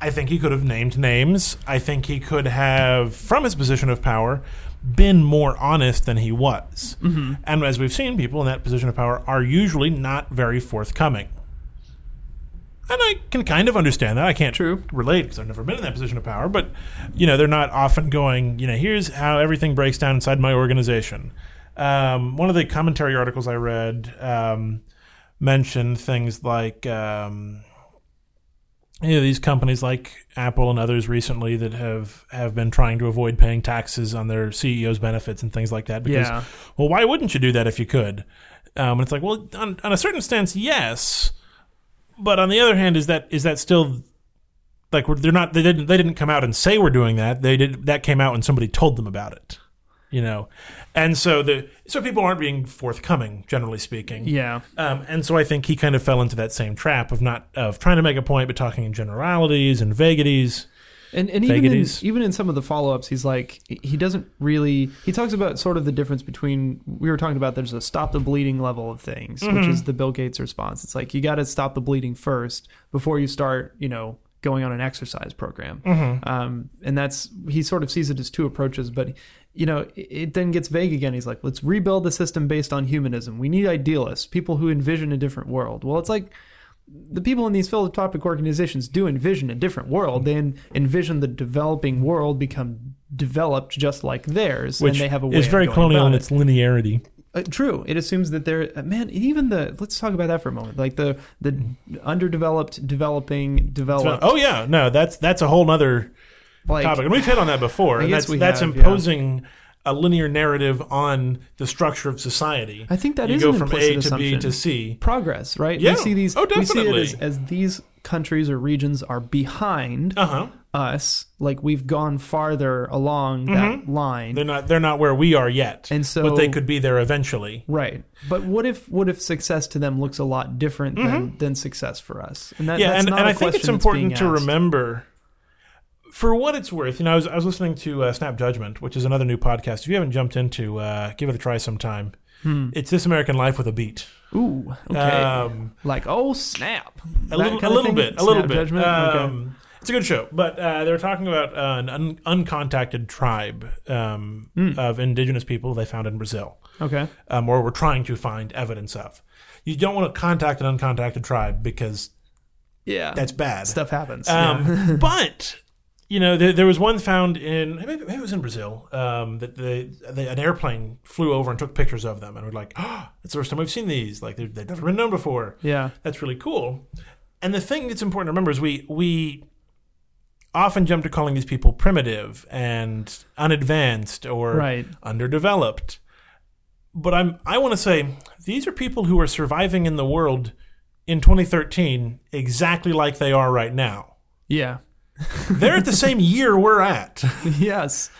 I think he could have named names. I think he could have, from his position of power, been more honest than he was. And as we've seen, people in that position of power are usually not very forthcoming. And I can kind of understand that. I can't
True.
relate because I've never been in that position of power. But you know, they're not often going. You know, here's how everything breaks down inside my organization. Um, one of the commentary articles I read um, mentioned things like. Um, you know, these companies like Apple and others recently that have, have been trying to avoid paying taxes on their CEOs' benefits and things like that. Because,
Yeah.
well, why wouldn't you do that if you could? Um, and it's like, well, on, on a certain stance, yes. But on the other hand, is that is that still like we're, they're not they didn't they didn't come out and say we're doing that. They did that came out when somebody told them about it, you know. And so the so people aren't being forthcoming, generally speaking.
Yeah.
Um, and so I think he kind of fell into that same trap of not of trying to make a point, but talking in generalities and vagaries.
And, and even in,
Vagaries.
even in some of the follow ups, he's like, he doesn't really. He talks about sort of the difference between. We were talking about there's a stop the bleeding level of things, which is the Bill Gates response. It's like, you got to stop the bleeding first before you start, you know, going on an exercise program. Um, and that's, he sort of sees it as two approaches, but, you know, it, it then gets vague again. He's like, let's rebuild the system based on humanism. We need idealists, people who envision a different world. Well, it's like, the people in these philanthropic organizations do envision a different world. They en- envision the developing world become developed just like theirs,
Which
and they have a way.
is very
of going
colonial
about
in
it.
its linearity.
Uh, true. It assumes that they're uh, man. Even the let's talk about that for a moment. Like the the underdeveloped, developing, developed.
oh yeah, no, that's that's a whole nother
like
oh, topic, and we've hit on that before. and
guess
that's
we
that's
have, yeah.
imposing a linear narrative on the structure of society.
I think that
that you
is
go
an
from
implicit
A to B
assumption.
to C.
progress, right?
Yeah.
We see these.
Oh,
We
definitely.
see it as, as these countries or regions are behind
Uh huh.
us. Like we've gone farther along
Mm-hmm.
that line.
They're not they're not where we are yet,
And so-
but they could be there eventually.
Right. But what if what if success to them looks a lot different than, than success for us? And that,
Mm-hmm. yeah,
that's
and,
not
and
a
I think it's
question that's
important
being
to
asked.
remember, for what it's worth. You know, I was, I was listening to uh, Snap Judgment, which is another new podcast. If you haven't jumped into, uh, give it a try sometime. It's This American Life with a beat.
Ooh, Hmm. okay.
Um,
like oh snap,
a little, a little bit, a little bit. Um, It's a good show, but uh, they were talking about uh, an un- uncontacted tribe um,
Hmm.
of indigenous people they found in Brazil.
okay. okay.
um, or we're trying to find evidence of. You don't want to contact an uncontacted tribe because
Yeah,
that's bad.
stuff happens.
Um,
yeah. *laughs*
but you know, there, there was one found in maybe, maybe it was in Brazil um, that they, they, an airplane flew over and took pictures of them, and we're like, *gasps* oh, that's the first time we've seen these. Like they're- they've never been done before.
Yeah.
That's really cool. And the thing that's important to remember is we we often jump to calling these people primitive and unadvanced or
Right.
underdeveloped. But I'm I want to say these are people who are surviving in the world in 2013 exactly like they are right now.
Yeah. *laughs*
They're at the same year we're at, and
yes.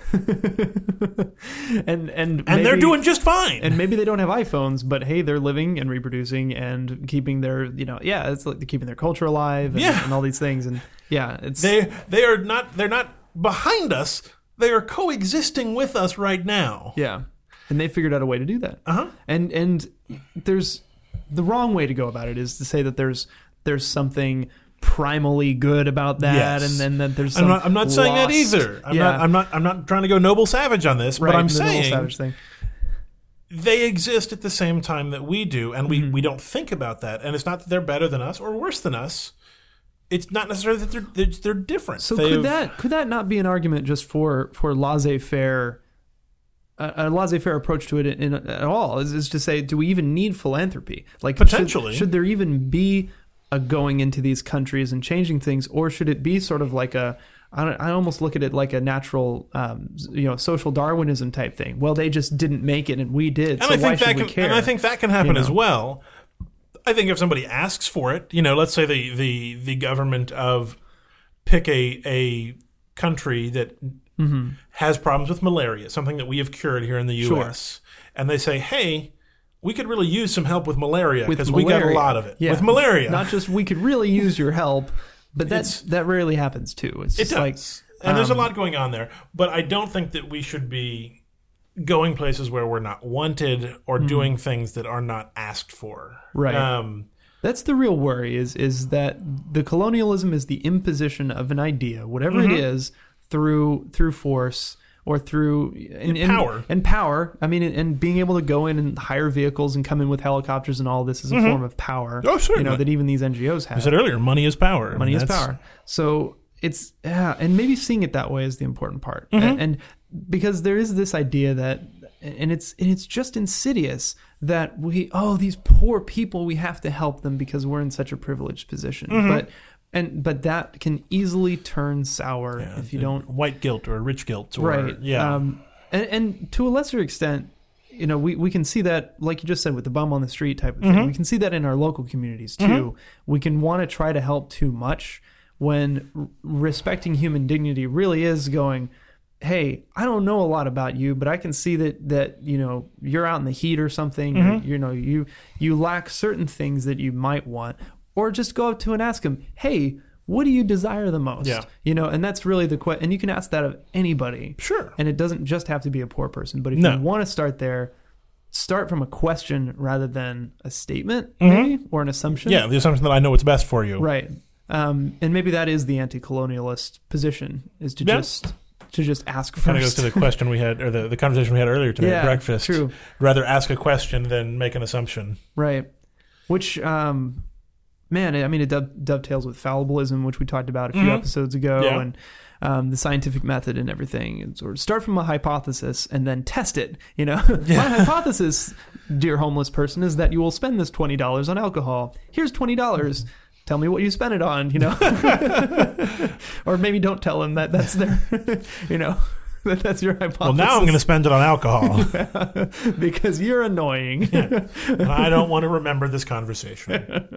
*laughs* and and and
they're doing just fine.
and maybe they don't have iPhones, but hey, they're living and reproducing and keeping their you know yeah, it's like keeping their culture alive and,
Yeah.
and all these things and yeah, it's
they they are not they're not behind us. They are coexisting with us right now.
Yeah, and they figured out a way to do that.
Uh-huh.
And and there's the wrong way to go about it is to say that there's there's something primally good about that,
Yes.
and then that there's.
I'm
some
not, I'm not saying that
lost-
either. I'm
yeah,
not I'm not I'm not trying to go noble savage on this,
right,
but I'm
the little
saying
savage thing.
they exist at the same time that we do, and we,
Mm-hmm.
we don't think about that. And it's not that they're better than us or worse than us. It's not necessarily that they're they're, they're different.
So
They've-
could that could that not be an argument just for for laissez faire a, a laissez-faire approach to it in, at all is, is to say, do we even need philanthropy? Like should-
Potentially.
should, there even be a going into these countries and changing things, or should it be sort of like a I, don't, I almost look at it like a natural, um, s- you know, social Darwinism type thing. Well, they just didn't make it, and we did. so
and I
why
think
should
that
we
can,
care?
and I think that can happen as well. I think if somebody asks for it, you know, let's say the the the government of pick a a country that has problems with malaria, something that we have cured here in the
Mm-hmm. Sure.
U.S., and they say, "Hey, we could really use some help with malaria
With
because we got a
malaria.
lot of it
Yeah.
with malaria."
Not just we could really use your help, but that's
It's-
that rarely happens too. It's
it
just
does,
like um,
and there's a lot going on there, but I don't think that we should be going places where we're not wanted or doing things that are not asked for.
Mm-hmm. Right.
Um,
That's the real worry is is that the colonialism is the imposition of an idea, whatever it
Mm-hmm.
is, through through force or through and, and-
power.
and power. I mean, and, and being able to go in and hire vehicles and come in with helicopters and all this is a form of power.
Mm-hmm. Oh,
You know
certainly.
that even these NGOs have.
I said earlier, money is power. I
money
mean,
is
that's-
power. So it's yeah, and maybe seeing it that way is the important part.
Mm-hmm.
And, and because there is this idea that, and it's and it's just insidious that we oh these poor people we have to help them because we're in such a privileged position.
Mm-hmm.
But and but that can easily turn sour if you don't
White guilt or rich guilt or
right
yeah.
um, and, and to a lesser extent you know we, we can see that like you just said with the bum on the street type of
Mm-hmm.
thing we can see that in our local communities too we can want to try to help too much when r- respecting human dignity really is going hey i don't know a lot about you but i can see that that you know you're out in the heat or something
Mm-hmm.
or, you know you you lack certain things that you might want or just go up to and ask them hey what do you desire the most
Yeah.
you know and that's really the question and you can ask that of anybody
Sure.
and it doesn't just have to be a poor person but if
No.
you want to start there start from a question rather than a statement maybe or an assumption
Mm-hmm. yeah, the assumption that I know what's best for you.
right um, and maybe that is the anti-colonialist position is to
Yeah.
just to just ask
Kind of goes
first
to the question we had, or the, the conversation we had earlier today at
Yeah,
breakfast.
true.
Rather ask a question than make an assumption.
right which um man i mean it dove- dovetails with fallibilism which we talked about a few episodes ago
Mm-hmm. Yeah.
and um, the scientific method and everything and sort of start from a hypothesis and then test it you
*laughs*
know my hypothesis dear homeless person is that you will spend this $20 on alcohol here's $20 tell me what you spent it on you
*laughs*
know or maybe don't tell them that that's their *laughs* you know that that's your hypothesis
Well, now I'm going to spend it
*laughs*
on alcohol.
because you're annoying
and I don't want to remember this conversation.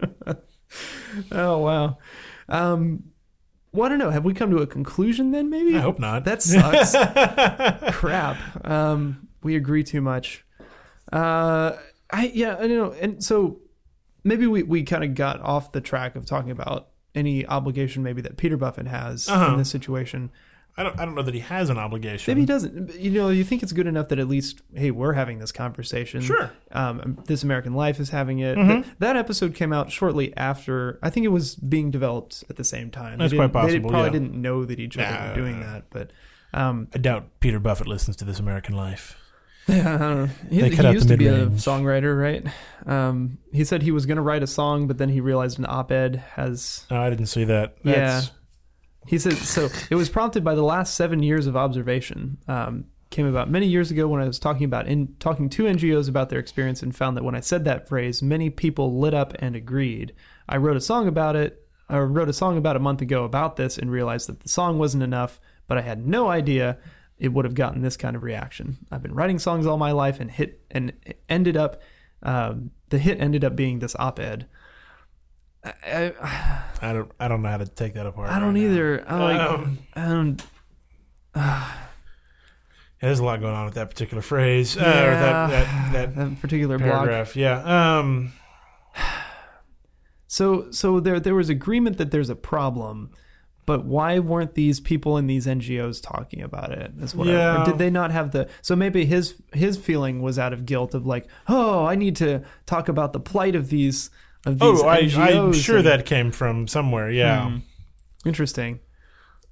Oh wow. Um, well, I don't know. Have we come to a conclusion then? Maybe.
I hope not. *laughs*
That sucks. Crap. Um, we agree too much. Uh, I yeah. I don't know. And so maybe we we kind of got off the track of talking about any obligation maybe that Peter Buffett has
Uh-huh.
in this situation.
I don't. I don't know that he has an obligation.
Maybe he doesn't. But, You know, you think it's good enough that at least, hey, we're having this conversation.
Sure. Mm-hmm.
Um, this American Life is having it. Th- that episode came out shortly after. I think it was being developed at the same time. That's
quite
They
possible,
probably
yeah.
didn't know that each other
Nah.
were doing that, but. Um,
I doubt Peter Buffett listens to This American Life.
yeah, I don't know. He,
They
he
cut out
used
the
to be a
mid-range.
songwriter, right? Um, he said he was going to write a song, but then he realized an op-ed has
Oh, I didn't see that.
Yeah.
That's,
He says so. It was prompted by the last seven years of observation. Um, came about many years ago when I was talking about in talking to NGOs about their experience and found that when I said that phrase, many people lit up and agreed. I wrote a song about it. I wrote a song about a month ago about this and realized that the song wasn't enough, but I had no idea it would have gotten this kind of reaction. I've been writing songs all my life and hit and ended up um, the hit ended up being this op-ed. I, I,
I don't. I don't know how to take that apart.
I don't
right now.
either. I'm like,
Um,
I don't
Yeah, there's a lot going on with that particular phrase uh, or
Yeah.
that that,
*sighs*
that
that particular blog.
paragraph. Yeah. Um,
So so there there was agreement that there's a problem, but why weren't these people in these NGOs talking about it? Is what I-
Yeah.
or did they not have the so maybe his his feeling was out of guilt of like, oh, I need to talk about the plight of these of these
oh, I, I'm
NGOs
sure
and- Hmm.
that came from somewhere. Yeah.
interesting.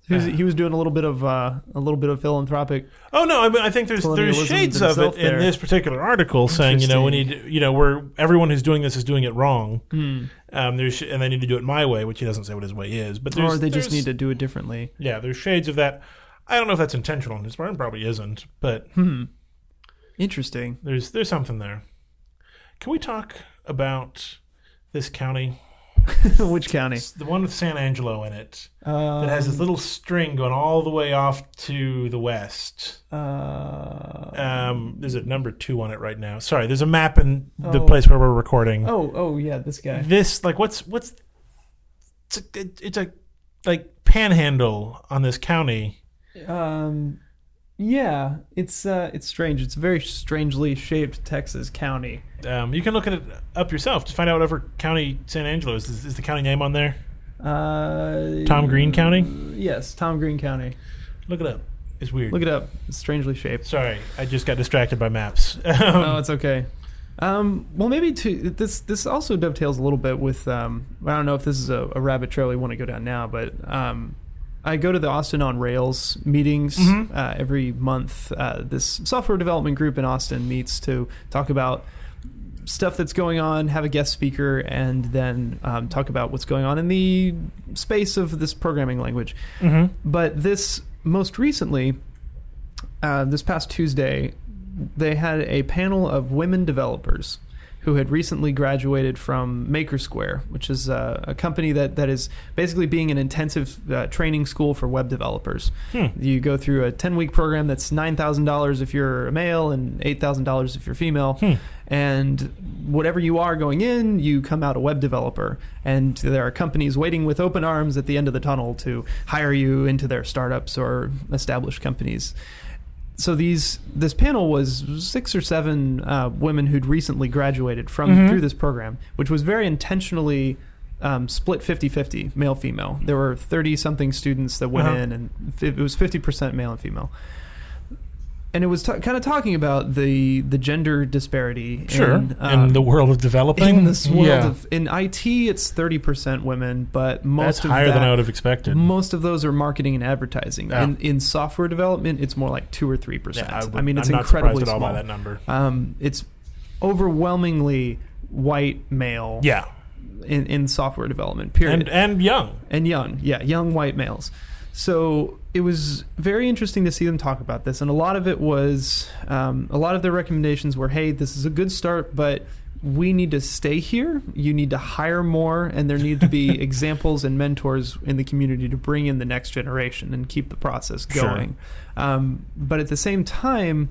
He was, he was doing a little bit of uh, a little bit of philanthropic.
Oh no, I, mean, I think there's there's
Colonialism
shades of it
itself
in
there.
this particular article saying you know we need
Interesting. Hmm.
you know we're everyone who's doing this is doing it wrong. Um, there's and they need to do it my way, which he doesn't say what his way is, but there's,
Or they just
there's-
need to do it differently. Hmm.
yeah, there's shades of that. I don't know if that's intentional on his part, it probably isn't, but
Interesting. *laughs*
There's there's something there. Can we talk about this county,
Which county?
It's the one with San Angelo in it,
Uh,
that has this little string going all the way off to the west?
uh,
Um, there's a number two on it right now. Sorry, there's a map in the
Oh.
place where we're recording.
oh, oh yeah, this guy.
This like what's what's it's a, it- it's a like panhandle on this county.
Um, yeah, it's uh, it's strange. It's a very strangely shaped Texas county.
Um, you can look at it up yourself to find out whatever county San Angelo is. Is, is the county name on there?
Uh,
Tom Green County.
Yes, Tom Green County.
Look it up. It's weird.
Look it up. It's strangely shaped.
Sorry, I just got distracted by maps. *laughs*
Oh, it's okay. Um, well, maybe to this this also dovetails a little bit with um, I don't know if this is a, a rabbit trail we want to go down now, but um, I go to the Austin on Rails meetings uh, every month. Uh, this software development group in Austin meets to talk about stuff that's going on, have a guest speaker, and then um, talk about what's going on in the space of this programming language.
Mm. mm-hmm.
But this most recently, uh, this past Tuesday, they had a panel of women developers who had recently graduated from Maker Square, which is uh, a, a company that, that is basically being an intensive uh, training school for web developers. You go through a 10 week program that's $9,000 if you're a male and $8,000 if you're female. And whatever you are going in, you come out a web developer. And there are companies waiting with open arms at the end of the tunnel to hire you into their startups or established companies so these this panel was six or seven uh, women who'd recently graduated from
Mm-hmm.
through this program, which was very intentionally um, split 50-50, male female. There were thirty something students that went
Uh-huh.
in, and fi- it was fifty percent male and female. And it was t- kind of talking about the the gender disparity.
sure.
in, um,
in the world of developing,
in this world
Yeah.
of in IT, it's thirty percent women, but
that's
most of
higher
that,
than I would have expected.
most of those are marketing and advertising.
Yeah.
In, in software development, it's more like two or three percent.
Yeah,
I,
would-
mean, it's
I'm not
incredibly
surprised at all
small.
by that number.
Um, it's overwhelmingly white male
Yeah,
in, in software development. Period
and and young.
and young yeah young white males so it was very interesting to see them talk about this and a lot of it was um, a lot of their recommendations were hey this is a good start but we need to stay here you need to hire more and there need to be examples and mentors in the community to bring in the next generation and keep the process
Sure.
going um, but at the same time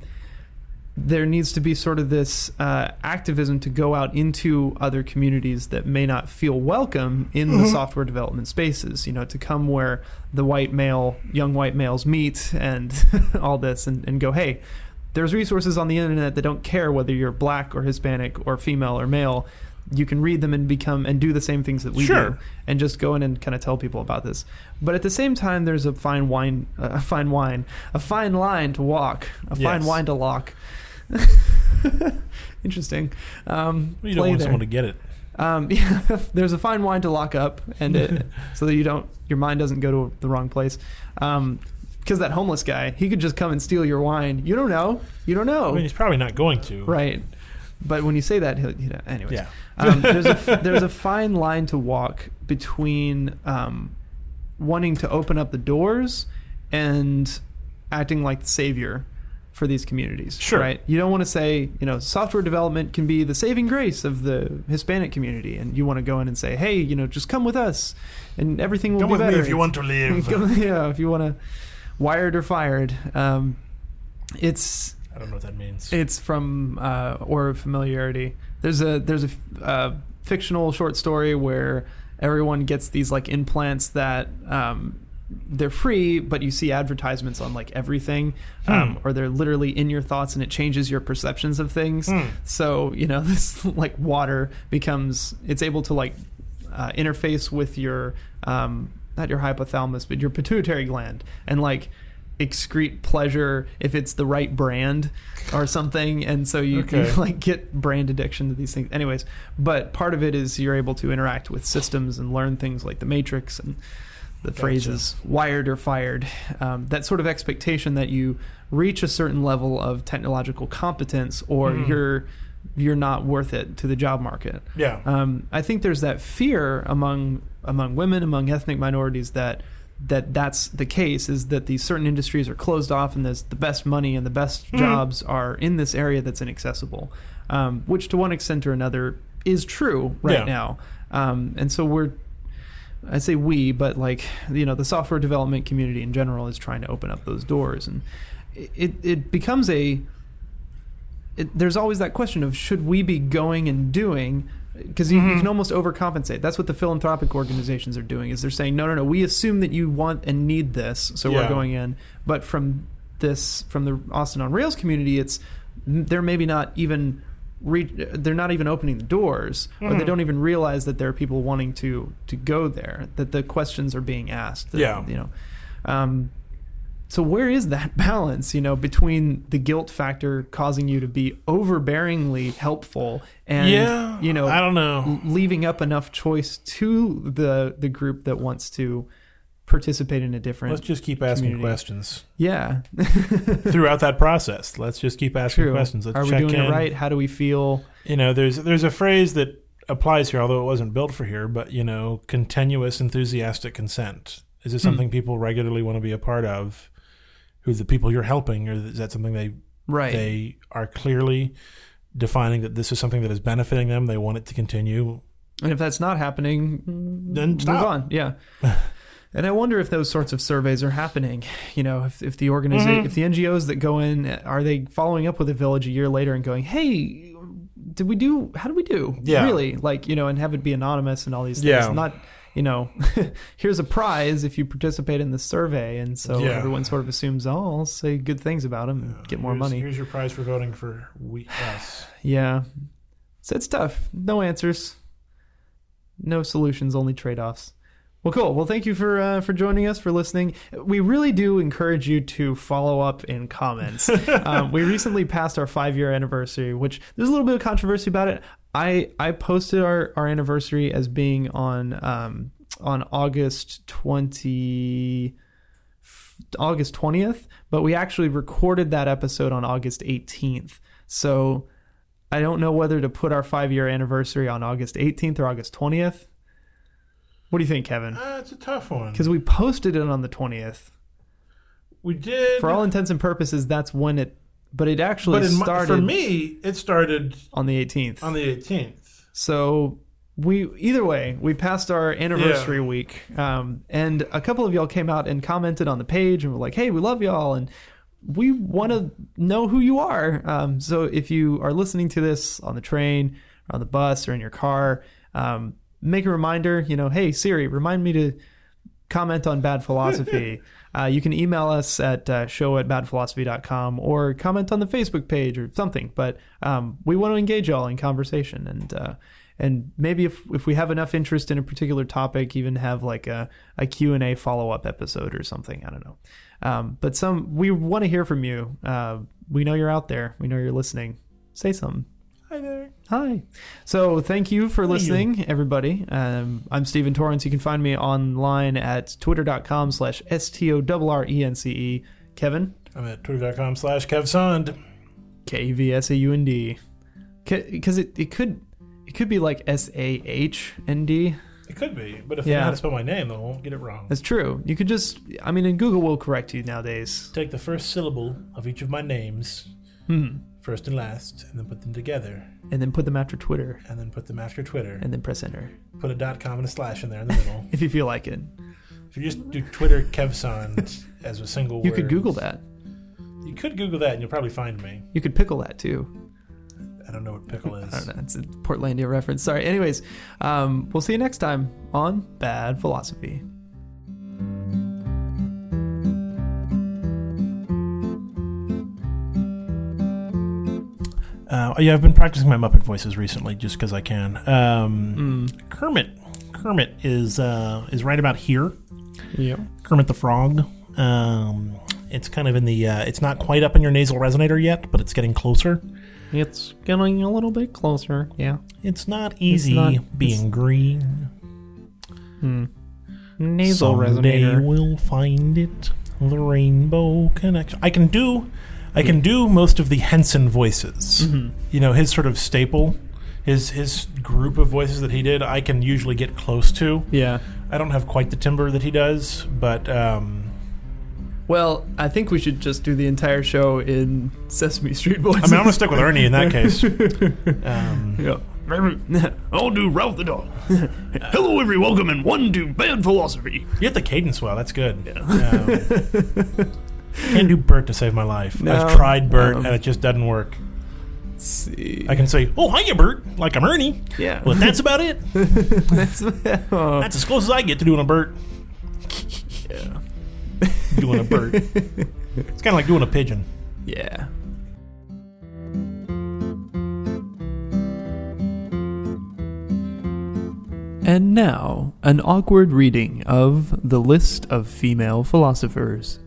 there needs to be sort of this uh, activism to go out into other communities that may not feel welcome in the software development spaces. You know, to come where the white male, young white males meet and *laughs* all this, and, and go, hey, there's resources on the internet that don't care whether you're black or Hispanic or female or male. You can read them and become and do the same things that we do
Sure.
and just go in and kind of tell people about this. But at the same time, there's a fine wine, uh, *laughs* a fine wine, a fine line to walk, a fine
Yes.
wine to lock. *laughs* Interesting. Um, play
You don't want
there.
someone to get it.
Um, *laughs* yeah, there's a fine wine to lock up, and
*laughs*
it, so that you don't, your mind doesn't go to the wrong place. Um 'cause because that homeless guy, he could just come and steal your wine. You don't know. You don't know.
I mean, he's probably not going to.
Right. But when you say that, he'll, you know, anyways.
Yeah.
um,
*laughs*
there's, a, there's a fine line to walk between um, wanting to open up the doors and acting like the savior for these communities.
Sure.
Right? You don't want to say, you know, software development can be the saving grace of the Hispanic community. And you want to go in and say, hey, you know, just come with us and everything will
Come
be
with
better.
me if you want to
*laughs*
live.
Come- yeah, if you want to, wired or fired. Um, it's
I don't know what
*laughs*
that means.
it's from uh, Aura of Familiarity. There's a there's a uh, fictional short story where everyone gets these like implants that um, they're free, but you see advertisements on like everything, um, or they're literally in your thoughts and it changes your perceptions of things. So you know *laughs* this like water becomes it's able to like uh, interface with your um, not your hypothalamus but your pituitary gland and like excrete pleasure if it's the right brand or something and so you,
Okay.
you like get brand addiction to these things anyways but part of it is you're able to interact with systems and learn things like the matrix and the phrases wired or fired um, that sort of expectation that you reach a certain level of technological competence or you're you're not worth it to the job market
yeah.
um, I think there's that fear among among women, among ethnic minorities that that that's the case is that these certain industries are closed off and there's the best money and the best jobs are in this area that's inaccessible, um, which to one extent or another is true right
Yeah.
now. Um, and so we're, I say we, but like you know, the software development community in general is trying to open up those doors, and it it becomes a it, there's always that question of should we be going and doing because you, you can almost overcompensate that's what the philanthropic organizations are doing is they're saying no no no we assume that you want and need this so we're
Yeah.
going in but from this from the austin on rails community it's they're maybe not even re- they're not even opening the doors or
Mm-hmm.
they don't even realize that there are people wanting to to go there that the questions are being asked that,
Yeah.
you know um, so where is that *laughs* balance, you know, between the guilt factor causing you to be overbearingly helpful and
yeah,
you know
I don't know.
leaving up enough choice to the the group that wants to participate in a different
Let's just keep asking
community. *laughs*
questions
Yeah.
throughout that process. Let's just keep asking
True.
questions. Let's
Are we
check
doing
in.
it right? How do we feel?
You know, there's there's a phrase that applies here, although it wasn't built for here. But you know, continuous enthusiastic consent. Is
Hmm.
this something people regularly want to be a part of? Who the people you're helping, or is that something they
Right.
they are clearly defining that this is something that is benefiting them? They want it to continue.
And if that's not happening,
Then stop.
move on.
*laughs*
Yeah. and I wonder if those sorts of surveys are happening. You know, if, if the organiza-
Mm-hmm.
if the NGOs that go in, are they following up with a village a year later and going, hey, did we do? How did we do?
Yeah.
Really? Like, you know, and have it be anonymous and all these things.
Yeah.
Not, you know, *laughs* here's a prize if you participate in the survey. And so
Yeah.
everyone sort of assumes, oh, I'll say good things about them and get more
Here's-
money.
Here's your prize for voting for we
*sighs*
us.
Yeah. So it's tough. No answers. No solutions, only trade-offs. Well, cool. Well, thank you for uh, for joining us for listening. We really do encourage you to follow up in comments. um, we recently passed our five year anniversary, which there's a little bit of controversy about it. I I posted our, our anniversary as being on um, on August twenty August 20th, but we actually recorded that episode on August 18th. So I don't know whether to put our five year anniversary on August 18th or August 20th. What do you think, Kevin?
Uh, it's a tough one.
Because we posted it on the 20th.
We did
For all intents and purposes, that's when it, but it actually
but in my-
started
for me, it started
on the 18th.
on the 18th.
So we either way, we passed our anniversary week, um, and a couple of y'all came out and commented on the page and were like, "Hey, we love y'all," and we want to know who you are. Um, so if you are listening to this on the train, or on the bus, or in your car, um, make a reminder. You know, hey Siri, remind me to comment on bad philosophy. uh, you can email us at uh, show at badphilosophy.com or comment on the Facebook page or something. But um, we want to engage y'all in conversation and uh, and maybe if, if we have enough interest in a particular topic, even have like a, a Q&A follow-up episode or something. I don't know. Um, but some we want to hear from you. Uh, we know you're out there. We know you're listening. Say something.
Hi there.
Hi. So thank you for listening, everybody. Um, I'm Stephen Torrance. You can find me online at twitter.com slash E S-T-O-R-R-E-N-C-E. Kevin, E
I'm at twitter.com slash kevsond.
K-E-V-S-A-U-N-D. Because it, it could... It could be like S A H N D.
It could be, but if they
Yeah.
know how to spell my name, they won't get it wrong.
That's true. You could just, I mean, and Google will correct you nowadays.
Take the first syllable of each of my names,
Hmm.
first and last, and then put them together,
And then put them after Twitter
and then put them after Twitter.
and then press enter
Put a dot com and a slash in there in the middle.
if you feel like it.
if you just do Twitter *laughs* kevsond as a single
You
word,
could Google that.
You could Google that, and you'll probably find me.
You could pickle that too.
I don't know what pickle is.
I don't know. It's a Portlandia reference. Sorry. Anyways, um, we'll see you next time on Bad Philosophy.
Uh, yeah, I've been practicing my Muppet voices recently just because I can. Um,
Hmm.
Kermit, Kermit is uh, is right about here.
Yeah.
Kermit the Frog. Um, it's kind of in the. Uh, it's not quite up in your nasal resonator yet, but it's getting closer.
It's getting a little bit closer. Yeah.
It's not easy
not-
being
it's-
green.
Nasal
Someday
resonator.
we'll find it. The rainbow connection. I can do. I can do most of the Henson voices.
Mm-hmm.
You know his sort of staple. His his group of voices that he did. I can usually get close to.
Yeah.
I don't have quite the timber that he does, but um,
Well, I think we should just do the entire show in Sesame Street voice. *laughs*
I mean, I'm gonna stick with Ernie in that case. Um,
*laughs* yeah. I'll do Ralph the *laughs* dog. Hello, every welcome and one to Bad Philosophy.
you get the cadence well. That's good. Um, can't do Bert to save my life. I've
No.
tried Bert
Um,
and it just doesn't work.
Let's see.
I can say, "Oh, hiya, Bert," like I'm Ernie,
yeah.
but that's about it.
that's, oh,
That's as close as I get to doing a Bert.
yeah.
Doing a Bert. it's kind of like doing a pigeon.
Yeah. And now, an awkward reading of The List of Female Philosophers.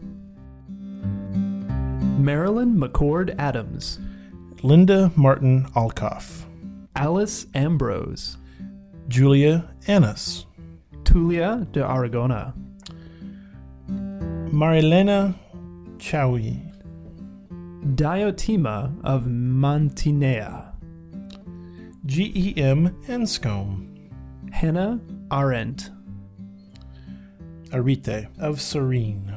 Marilyn McCord Adams,
Linda Martin Alcoff,
Alice Ambrose,
Julia Annis,
Tulia de Aragona,
Marilena Chaui,
Diotima of Mantinea,
E G.E.M. Anscombe,
Hannah Arendt,
Arete of Serene.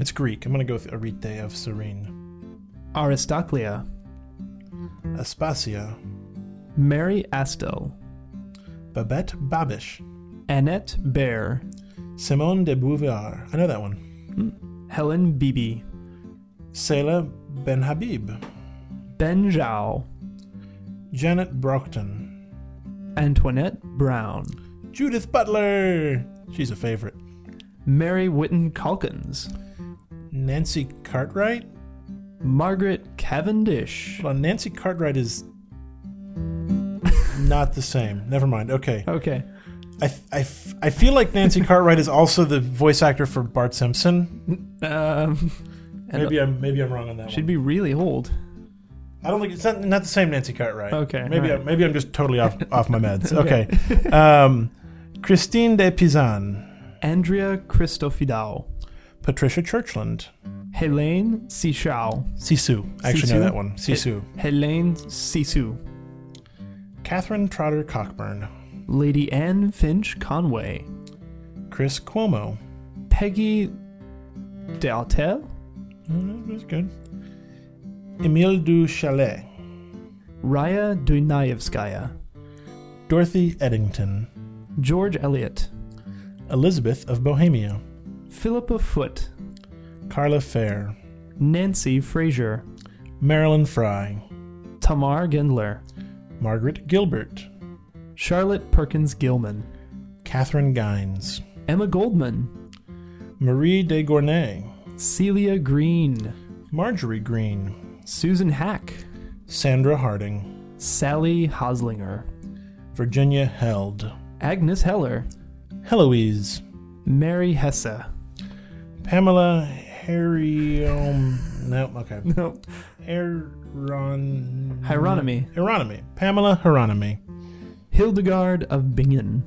it's Greek. I'm going to go with Arete of Serene.
Aristoclea,
Aspasia,
Mary Astel,
Babette Babish,
Annette Baer,
Simone de Beauvoir. I know that one.
Helen Beebe,
Selah Ben Habib,
Ben Zhao,
Janet Brockton,
Antoinette Brown,
Judith Butler. She's a favorite.
Mary Whitten Calkins,
Nancy Cartwright?
Margaret Cavendish.
Well, Nancy Cartwright is not the same. Never mind. Okay.
Okay.
I, I, I feel like Nancy Cartwright is also the voice actor for Bart Simpson.
Um, *laughs* and
Maybe I'm maybe I'm wrong on that.
she'd
One.
be really old.
I don't think it's not, not the same Nancy Cartwright.
Okay,
Maybe
alright.
I, maybe I'm just totally
*laughs*
off off my meds. Okay. um, Christine de Pizan,
Andrea Cristofidal,
Patricia Churchland,
Helene Sichau,
Sisu. I actually
Sisu?
know that one. Sisu.
Helene Sisu,
Catherine Trotter Cockburn,
Lady Anne Finch Conway,
Chris Cuomo.
Peggy Daltell,
Mm, That's good. Emile du Chalet.
Raya Dunayevskaya,
Dorothy Eddington,
George Eliot,
Elizabeth of Bohemia,
Philippa Foote,
Carla Fair,
Nancy Fraser,
Marilyn Fry,
Tamar Gendler,
Margaret Gilbert,
Charlotte Perkins Gilman,
Catherine Gynes,
Emma Goldman,
Marie de Gournay,
Celia Green,
Marjorie Green,
Susan Hack,
Sandra Harding,
Sally Hoslinger,
Virginia Held,
Agnes Heller,
Heloise,
Mary Hesse. *laughs*
Pamela Heriom. No, okay.
No.
Heron.
Hieronymy,
Hieronymy. Pamela Hieronymy.
Hildegard of Bingen,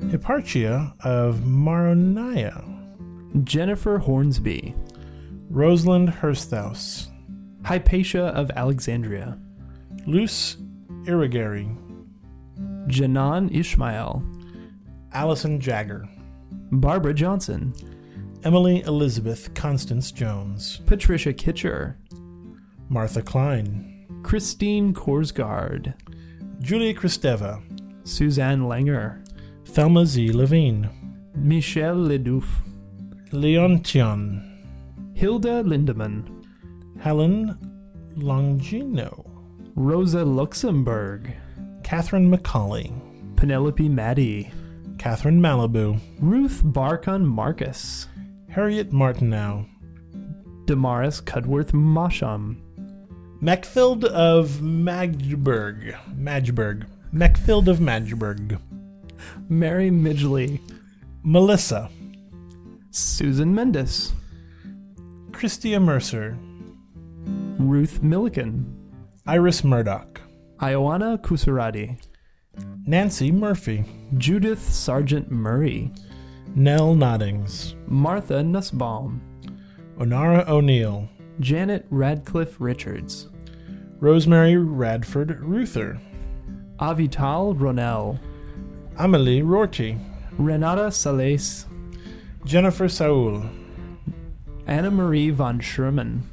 Hipparchia of Maronia.
Jennifer Hornsby,
Rosalind Hursthouse.
Hypatia of Alexandria,
Luce Irrigary,
Janan Ishmael,
Allison Jagger,
Barbara Johnson,
Emily Elizabeth Constance Jones,
Patricia Kitcher,
Martha Klein,
Christine Korsgaard,
Julia Kristeva,
Suzanne Langer,
Thelma Z. Levine,
Michelle Ledouf,
Leontion,
Hilda Lindemann,
Helen Longino,
Rosa Luxemburg,
Catherine McCauley,
Penelope Maddie,
Catherine Malibu,
Ruth Barkon Marcus,
Harriet Martineau,
Damaris Cudworth Mosham,
Macfield of Magdeburg, Magdeburg, Macfield of Magdeburg,
Mary Midgley,
Melissa,
Susan Mendes,
Christia Mercer,
Ruth Milliken,
Iris Murdoch,
Ioana Kusurati,
Nancy Murphy,
Judith Sargent Murray,
Nell Noddings,
Martha Nussbaum,
Onara O'Neill,
Janet Radcliffe Richards,
Rosemary Radford Ruther,
Avital Ronell,
Amelie Rorty,
Renata Sales,
Jennifer Saul,
Anna Marie von Sherman,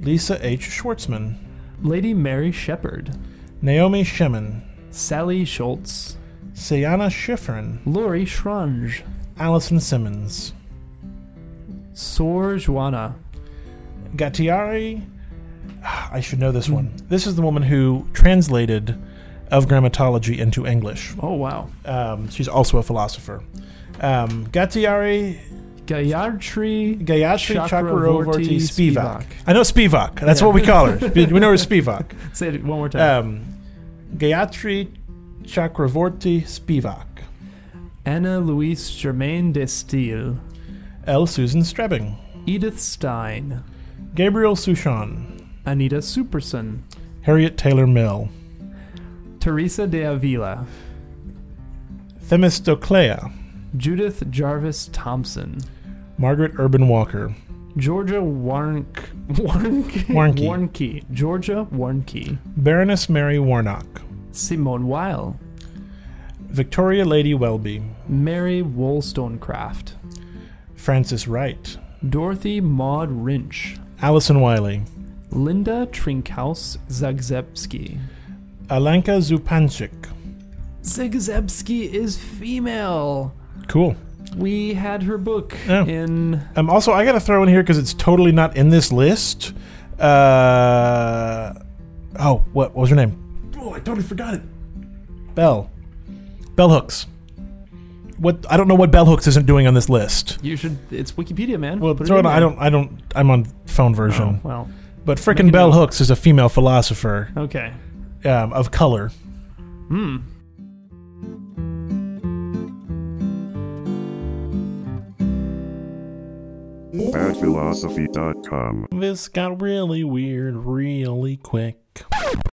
Lisa H. Schwartzman,
Lady Mary Shepard,
Naomi Shemin,
Sally Schultz,
Sayana Schifrin,
Lori Schrange,
Allison Simmons,
Sor Juana,
Gattiari. I should know this one. This is the woman who translated of grammatology into English.
oh wow,
Um, she's also a philosopher. Um, Gattiari
Gayatri
Gayatri
Chakravorty
Chakravorty Spivak.
Spivak.
I know Spivak. That's
Yeah.
what we call her.
*laughs*
Spi- we know her as Spivak.
Say it one more time.
Um, Gayatri Chakravorty Spivak.
Anna Louise Germaine Destil,
L. Susan Strebbing.
Edith Stein,
Gabriel Souchon.
Anita Superson,
Harriet Taylor Mill.
Teresa de Avila,
Themistoclea.
Judith Jarvis Thompson,
Margaret Urban Walker.
Georgia Warnk, Warnke,
Warnke.
Warnke, Georgia Warnke,
Baroness Mary Warnock.
Simone Weil,
Victoria Lady Welby.
Mary Wollstonecraft,
Frances Wright.
Dorothy Maud Rinch,
Allison Wiley.
Linda Trinkhaus Zagzebski.
Alanka Zupanchik.
Zagzebski is female.
Cool.
We had her book
Yeah.
in.
Um, also, I got to throw in here because it's totally not in this list. Uh, oh, what, what was her name? Oh, I totally forgot it. Bell. Bell Hooks. What I don't know what Bell Hooks isn't doing on this list.
You should. It's Wikipedia, man.
Well,
Put it
throw
in
it, I
there.
don't. I don't. I'm on phone version.
Oh, well,
But
Make
frickin'
a
Bell
note.
Hooks is a female philosopher
okay.
um, of color.
Hmm.
badphilosophy.com.
This got really weird really quick.